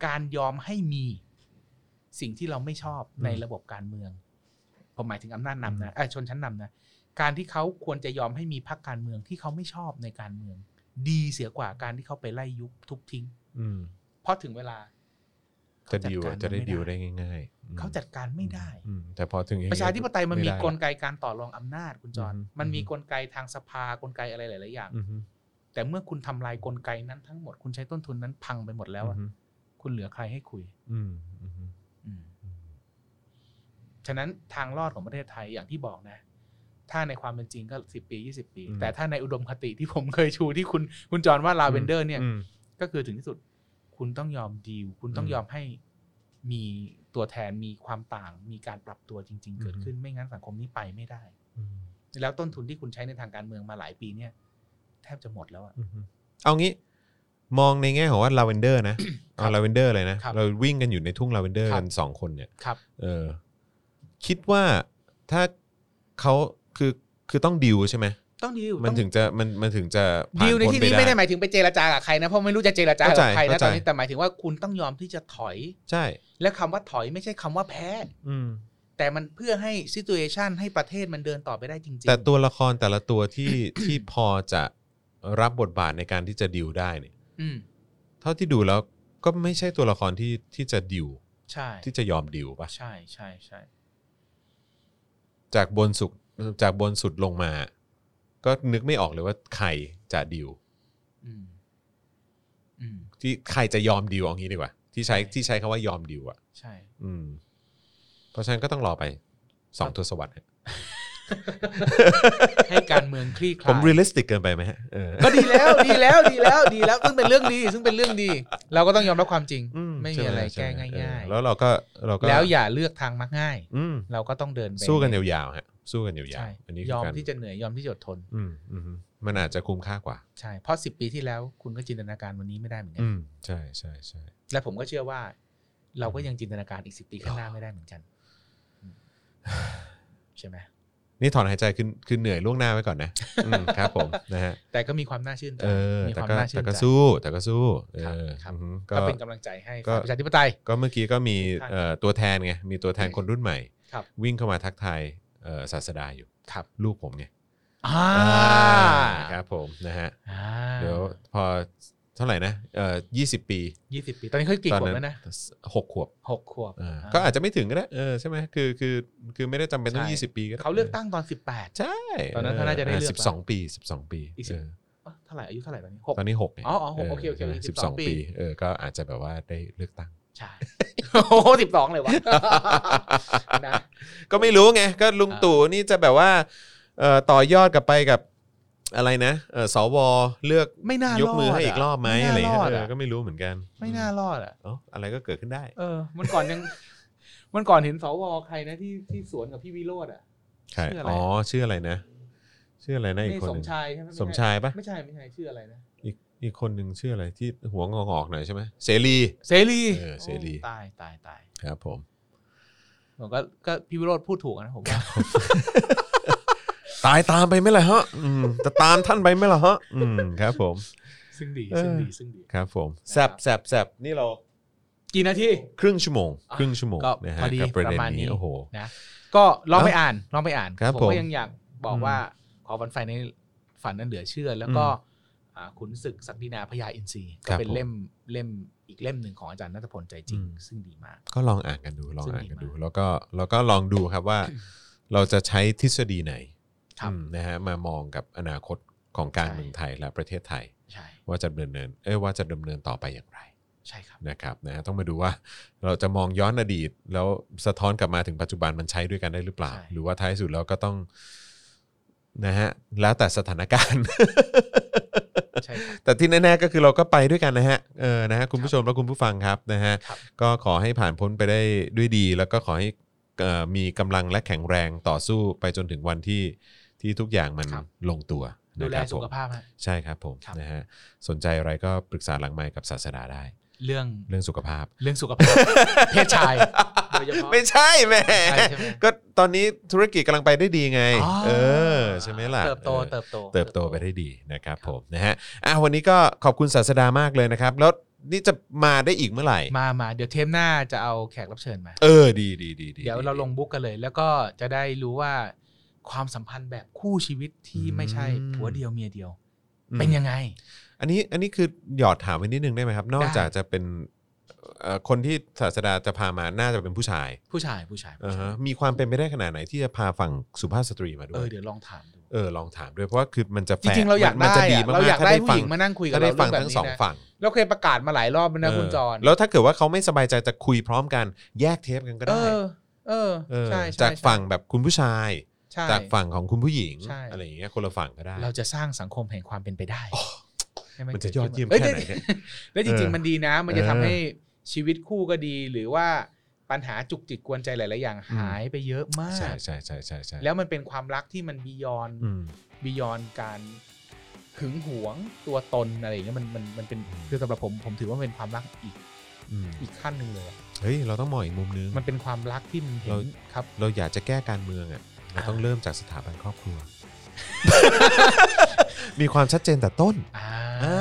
B: การยอมให้มีสิ่งที่เราไม่ชอบ
A: อืม
B: ในระบบการเมือง ผมหมายถึงอำนาจนำ
A: อื
B: นะ
A: ม
B: เอ่อชนชั้นนำนะการที่เขาควรจะยอมให้มีพรรคการเมืองที่เขาไม่ชอบในการเมือง ดีเสียกว่าการที่เขาไปไล่ยุบทุบทิ้ง
A: อืม
B: เพราะถึงเวลา
A: จะดีลอะจะ
B: เขาจัดการ
A: ได้
B: มันไม่
A: ดีล
B: ได้
A: ได้ง่ายๆอืม
B: เขาจัดการไม่ได้
A: อืมแต่พอถึงอย่ง
B: ป
A: เงี้ย
B: ระชาธิปไตยมันมีกลไกการต่อรองอำนาจคุณจร
A: อือฮึ
B: มันมีกลไกทางสภากลไกอะไรหลาย ๆ อย่าง
A: อือฮึ
B: แต่เมื่อคุณทำลายกลไกนั้นทั้งหมดคุณใช้ต้นทุนนั้นพังไปหมดแล้วอะ
A: อือฮึ
B: คุณเหลือใครให้คุย
A: อืมอือฮึ
B: อืม ฉะนั้นทางรอดของประเทศไทยอย่างที่บอกนะ ถ้าในความเป็นจริงก็สิบปียี่สิบปี แต่ถ้าในอุดมคติที่ผมเคยชูที่คุณคุณจรว่าลาเวนเดอร์เนี่ย
A: ม
B: ก็คือถึงที่สุดคุณต้องยอมดีลคุณต้อง
A: อืม
B: ยอมให้มีตัวแทนมีความต่าง มีการปรับตัวจริง ๆ เกิด
A: อือฮึ
B: ขึ้นไม่งั้นสังคมนี้ไปไม่ได้
A: อืม
B: แล้วต้นทุนที่คุณใช้ในทางการเมืองมาหลายปีเนี่ย แทบจะหมดแล้วอะ
A: อือฮึเอางี้ มองในแง่ของว่าลาเวนเดอร์นะเอาลาเวนเดอร์เลยนะ
B: ครับ
A: เราวิ่งกันอยู่ในทุ่งลาเวนเดอร์
B: ครั
A: กับ นสองคนเนี่ย
B: ครับ
A: เออคิดว่าถ้าเขาคือคือต้องดิวใช่ไหม
B: ต้องดีล
A: มันถึงจะมันมันถึงจะผ่า
B: ดีลใน
A: พ้
B: ที่นี้ไม่ได้ห
A: ป
B: มายถึงไปเจรจากับใครนะเพราะไม่รู้จะเจรจากั
A: เข้าใจ
B: บใครนะ
A: เข้าใจ
B: ตอนนี้แต่หมายถึงว่าคุณต้องยอมที่จะถอย
A: ใช่
B: และคำว่าถอยไม่ใช่คำว่าแพ้
A: อืม
B: แต่มันเพื่อให้ซิตูเอชันให้ประเทศมันเดินต่อไปได้จริง
A: แต่ตัวละครแต่ละตัวที่
B: (coughs)
A: ที่พอจะรับบทบาทในการที่จะดิวได้เนี่ย
B: ๆ อืม
A: เท่าที่ดูแล้วก็ไม่ใช่ตัวละครที่ที่จะดิว
B: ใช่
A: ที่จะยอมดิวปะ
B: ใช่ใช่ใช่
A: จากบนสุดจากบนสุดลงมา ก็นึกไม่ออกเลยว่าใครจะดิว
B: อืมอืม
A: ที่ใครจะยอมดิวเอางี้ดีกว่า ที่ใช้
B: ใช่
A: ที่ใช้คำว่ายอมดิวอ่ะ
B: ใช่
A: อืม เพราะฉะนั้นก็ต้องรอไปสองทศวรรษฮะ
B: ให้การเมืองคลี่ค
A: ผม
B: ลาย
A: เรียลลิสติกเกินไปไหมฮะเออ
B: ก็ดีแล้วดีแล้วดีแล้วดีแล้ว ซึ่งเป็นเรื่องดี ซึ่งเป็นเรื่องดี เราก็ต้องยอมรับความจริง
A: อื
B: ไม่มีอะไร
A: ใช่
B: แก้
A: หม
B: ง่าย
A: เออ
B: ๆ
A: แล้วเราก็เราก็
B: แล้วอย่าเลือกทางมักง่าย
A: อืม
B: เราก็ต้องเดินไป
A: สู้กันยาวๆฮะสู้กันยาว
B: ใช่
A: ๆอันนี้
B: ยอ
A: คื
B: ม
A: การ
B: ที่จะเหนื่อยยอมที่จะอดทน
A: อืมอืมอืมมันอาจจะคุ้มค่ากว่า
B: ใช่เพราะสิบปีที่แล้วคุณก็จินตนาการวันนี้ไม่ได้เหมือนกั
A: อื
B: น
A: มใช่ใช่ใช่
B: และผมก็เชื่อว่า เราก็ยังจินตนาการอีกสิบปีข้างหน้าไม่ได้เหมือนกัน ใช่ไหม
A: นี่ถอนหายใจคือคือเหนื่อยล่วงหน้าไว้ก่อน
B: (laughs)
A: นะอืมครับผมนะฮะ
B: แต่ก็มีความน่าชื่นใจ
A: เออ
B: มี
A: แต่
B: ความ
A: ก็
B: น่าชื่
A: แต่
B: น
A: ก็
B: ใจ
A: สู้แต่ก็สู้เอ
B: ค
A: อ
B: รับครับ
A: อืมก็
B: ก็เป็นกำลังใจให้
A: ก็
B: ฝ่ายประชาธิปไตย
A: ก็เมื่อกี้ก็มี
B: ท่าน
A: เอ่อตัวแทนไงมีตัวแทนคนรุ่นใหม่
B: ครับ
A: วิ่งเข้ามาทักทายเอ่อศาสดาอยู่
B: ครับ
A: ลูกผมไง
B: อ่า
A: ครับผมนะฮะ
B: อ่า
A: เดี๋ยวพอเท่าไหร่นะเอ่อยี่สิบปี
B: ยี่สิบปี ตอนนี้เขากี่ขวบแล้วนะ
A: หกขวบ
B: หกขวบ
A: เออ
B: อ่า
A: ก็อาจจะไม่ถึงก็ได้เออใช่ไหมคือคือคือไม่ได้จำเป็นต้อง
B: ใช่
A: 20 ปีก็ได้
B: เขาเลือกตั้งตอนสิบแปด
A: ใช่
B: ตอนนั้นเขาน่าจะได้เลือก
A: สิบสองปีสิบสองปี
B: อีกสิบ
A: เออ
B: เท่าไหร่อายุเท่าไหร่ตอนนี้หก
A: ตอนนี้หกไง
B: อ๋ออ๋อหกโอเคโอเคโอเค
A: สิบสอง
B: 12ปี
A: ปีเออก็อาจจะแบบว่าได้เลือกตั้ง
B: ใช่ โอ้โหสิบสองเลยวะ นะ
A: ก็ไม่รู้ไงก็ลุง
B: อ่า
A: ตู่นี่จะแบบว่าเอ่อต่อยอดกลับไปกับอะไรนะเอ่อสวเลือก
B: ไม่น่าย ย
A: กมือให้อีกรอบไหมอะไรอย่าง
B: น่า
A: เงี้ย
B: รอด
A: เอ
B: อะ
A: อก็ไม่รู้เหมือนกัน
B: ไม่น่ารอดอ่ะ
A: เอ๋ออะไรก็เกิดขึ้นได้
B: เออมันก่อนยัง มันก่อนเห็นสวใครนะที่ที่สวนกับพี่วิโรจน์อ่ะ
A: ใช่
B: ชื่ออะไร
A: อ๋อชื่ออะไรนะ ชื่ออะไรนะอีก
B: นี่
A: คน
B: ส
A: ห
B: ม
A: นึ่ง
B: ชายใช่ไหม
A: สมชายปะ
B: ไม่ใช่ไม่ใช่ชื่ออะไรนะ
A: อีกอีกคนหนึ่งชื่ออะไรที่หัวงอกๆหน่อยใช่ไหมเสรี
B: เสรี
A: เออเสรี
B: โอ้ตายตายตาย
A: ครับผม
B: ผมก็ก็พี่วิโรจน์พูดถูกนะผมว่า
A: ตายตามไปไหมล่ะฮะอืมจะตามท่านไปไหมล่ะฮะอืมครับผม
B: ซึ่งดี
A: เออ
B: ซึ่งดีซึ่งดี
A: ครับผมแซบแซบแซบนี่เรา
B: กี่นาที
A: ครึ่งชั่วโมง
B: อ่ะ
A: ครึ่งชั่วโมง
B: ก็
A: นะ
B: พ
A: ฮะ
B: อดี
A: กับประ
B: ป
A: เด็น
B: ระมาณ
A: นี้
B: นี้
A: โอ้โห
B: นะก็ลองไปอ่านลองไปอ่าน
A: ครับ
B: ผม
A: ผม
B: ก็ยังอยากบอก
A: อืม
B: ว่าขอฝันไฟในฝันนั้นเหลือเชื่อ แล้วก็อ่าขุนศึกศักดินาพญาอินทรีย์ก็
A: ครับ
B: เป็น
A: ผม
B: เล่มเล่มอีกเล่มหนึ่งของอาจารย์นัทพลใจจริง
A: อืม
B: ซึ่งดีมาก
A: ก็ลองอ่านกันดูลองอ่านกันดู
B: ซึ่งดีมาก
A: แล้วก็แล้วก็ลองดูครับว่า
B: (coughs)
A: เราจะใช้ทฤษฎีไหน
B: ครับ
A: อืมนะฮะมามองกับอนาคตของการเมืองไทยและประเทศไทย
B: ใช่
A: ว่าจะดำเนินเอ้ยว่าจะดำเนินต่อไปอย่างไร
B: ใช่ครับ
A: นะครับนะฮะต้องมาดูว่าเราจะมองย้อนอดีต แล้วสะท้อนกลับมาถึงปัจจุบันมันใช้ด้วยกันได้หรือเปล่า หรือว่าท้ายสุดแล้วก็ต้องนะฮะแล้วแต่สถานการณ์ (laughs)
B: ใช่ครับ
A: แต่ที่แน่ๆก็คือเราก็ไปด้วยกันนะฮะเออนะฮะคุณผู้ชมและคุณผู้ฟังครับนะฮะ
B: ครับ
A: ก็ขอให้ผ่านพ้นไปได้ด้วยดี แล้วก็ขอให้เอ่อมีกำลังและแข็งแรงต่อสู้ไปจนถึงวันที่ที่ทุกอย่างมัน
B: ครับ
A: ลงตัว
B: ดู
A: นะ
B: แล
A: ครับ
B: สุ
A: ผม
B: ขภาพฮะ
A: ใช่ครับผม
B: ครับ
A: นะฮะสนใจอะไรก็ปรึกษาหลังไมค์กับศาสดาได้
B: เรื่อง
A: เรื่องสุขภาพ
B: เรื่องสุขภาพ เพศชายโดยเฉพาะ
A: ไม่ใช่แหม่
B: ใช่ใช่ไหม
A: ก็ตอนนี้ธุรกิจกำลังไปได้ดีไง
B: อ๋อ
A: เออ ใช่ไหมล่ะ
B: เติบโต
A: ออ
B: เติบโต
A: เติบโตไปได้ดีนะครับผมนะฮะอ่ะวันนี้ก็ขอบคุณศาสดามากเลยนะครับ แล้วนี่จะมาได้อีกเมื่อไหร่
B: มามาเดี๋ยวเทปหน้าจะเอาแขกรับเชิญมา
A: เออดีดีดี
B: เดี๋ยวเราลงบุ๊กกันเลย แล้วก็จะได้รู้ว่าความสัมพันธ์แบบคู่ชีวิตที่ไม่ใช่ผัวเดียวเมียเดียว
A: อืม
B: เป็นยังไง
A: อันนี้อันนี้คือหยอดถามไว้นิดนึงได้ไหมครับ นอก
B: ได้
A: จากจะเป็น เอ่อคนที่ศาสดาจะพามาน่าจะเป็นผู้ชาย
B: ผู้ชายผู้ชายผู้
A: อ่า
B: ชาย
A: ฮะมีความเป็นไปได้ขนาดไหนที่จะพาฝั่งสุภาพสตรีมาด้
B: เอ
A: วย
B: อเดี๋ยวลองถามดู
A: เออลองถามด้วยเพราะว่าคือมันจะ
B: จ
A: แฟ
B: ริงๆ เราอยาก
A: มัน
B: ได้
A: จะดี
B: อะ
A: มาก
B: เราอยากได้
A: ถ้
B: ผู้หญิงมานั่งคุยกับ
A: ถ้า
B: เรา
A: ได้ฟั
B: เรื่อง งแบบ
A: ทั้ง
B: นี้
A: สอง
B: นะ
A: ฝั่ง
B: เราเคยประกาศมาหลายรอบแล้วนะ
A: เออ
B: คุณจร
A: แล้วถ้าเกิดว่าเขาไม่สบายใจจะคุยพร้อมกันแยกเทปกันก็
B: เอ
A: ได้
B: อ เออ
A: เออ
B: ใช่ใช่
A: จาก
B: ใช่
A: ฝั่งแบบคุณผู้ชาย
B: ใช่
A: จากฝั่งของคุณผู้หญิง
B: ใช่
A: อะไรอย่างเงี้ยคนละฝั่งก็ได้
B: เราจะสร้างสังคมแห่งความเป็นไปได้
A: โอ้
B: ให้
A: มันจะยอดเยี่ยม
B: อ้
A: แค่ไหนเนี่ย
B: แล้วจริง ๆ มันดีนะ มันจะทำ
A: เออ
B: ให้ชีวิตคู่ก็ดี หรือว่าปัญหาจุกจิกกวนใจหลาย ๆ อย่าง
A: อืม
B: หายไปเยอะมาก
A: ใช่ใช่ใช่ใช่ใช่
B: แล้วมันเป็นความรักที่มันบียอน
A: อืม
B: บียอนการหึงหวงตัวตนอะไรอย่างเงี้ยมันมันมันเป็น
A: อืม
B: คือสำหรับผมผมถือว่ามันเป็นความรักอีก
A: อืม
B: อีกขั้นหนึ่งเลยอะ
A: เฮ้ยเราต้องมองอีกมุมนึง
B: มันเป็นความรักที่มันเห็
A: เรา
B: นครับ
A: เราอยากจะแก้การเมืองอ่ะเราต้องเริ่มจากสถาบันครอบครัว (laughs) มีความชัดเจนแต่ต้น
B: อ่า
A: อ่า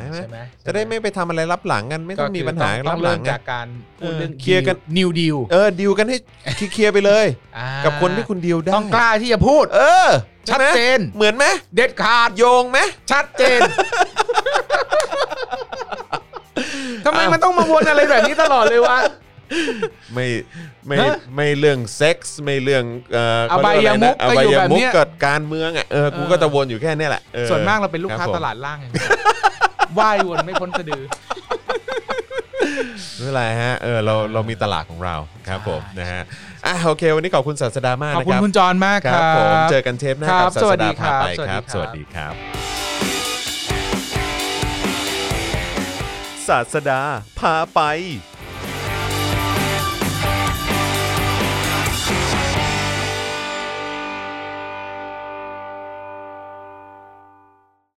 A: ใช่
B: ใช่
A: ห
B: ไหม
A: จะได้ไม่ไปทำอะไรรับหลังกันไม่ต้องมีปัญหารั
B: ต้อง
A: บหลั
B: เริ่
A: ง
B: ม
A: อะ
B: จากการพูด
A: เออ
B: เรื่อง
A: เคลียร์กัน
B: นิวดีล
A: เออดีลกันให้เคลียร์ๆไปเลย กับคนที่คุณดีลได้
B: ต้องกล้าที่จะพูด
A: เออ
B: ชัด
A: ใไหม
B: เจน
A: เหมือนไหม
B: เด็ดขาด
A: โยงไหม
B: ชัดเจ
A: (laughs)
B: นทำไมมันต้องมาวนอะไรแบบนี้ตลอดเลยวะ
A: ไม่ไม่
B: ฮะ
A: ไม่เรื่องเซ็กส์ไม่เรื่องเอ่อ
B: อบายามุข
A: เขเรียก
B: ก็อยู่
A: ว่าอะไรนะอบายา
B: แบบ
A: มุ
B: เนี้
A: ก
B: ย
A: กับการเมืองอ่ะเออกู
B: เออ
A: ก็จะวนอยู่แค่เนี้ยแหละออ
B: ส่วนมากเราเป็นลูกค้า
A: รับผม
B: ตลาดล่างไงว่าย (laughs) วนไม่พ้นสะดือ
A: ไม่เป็นไรฮะเออเราเรามีตลาดของเราครับผมนะฮะอ่ะโอเค วันนี้ขอบคุณศาสดามาก
B: ขอบ
A: นะ
B: คุ
A: ค
B: ณ
A: รับ
B: คุณจรมาก
A: ค
B: ค
A: รั
B: รับ
A: ผมเจอกันเทปหน้า
B: ค
A: กั
B: รั
A: บบ ศา
B: สวั
A: ส
B: สดี
A: ดา
B: ค
A: พา
B: รับ
A: ไป
B: ส
A: ค
B: วัสดี
A: รับ
B: ครับ
A: สวัสดีครับศาสดาพาไป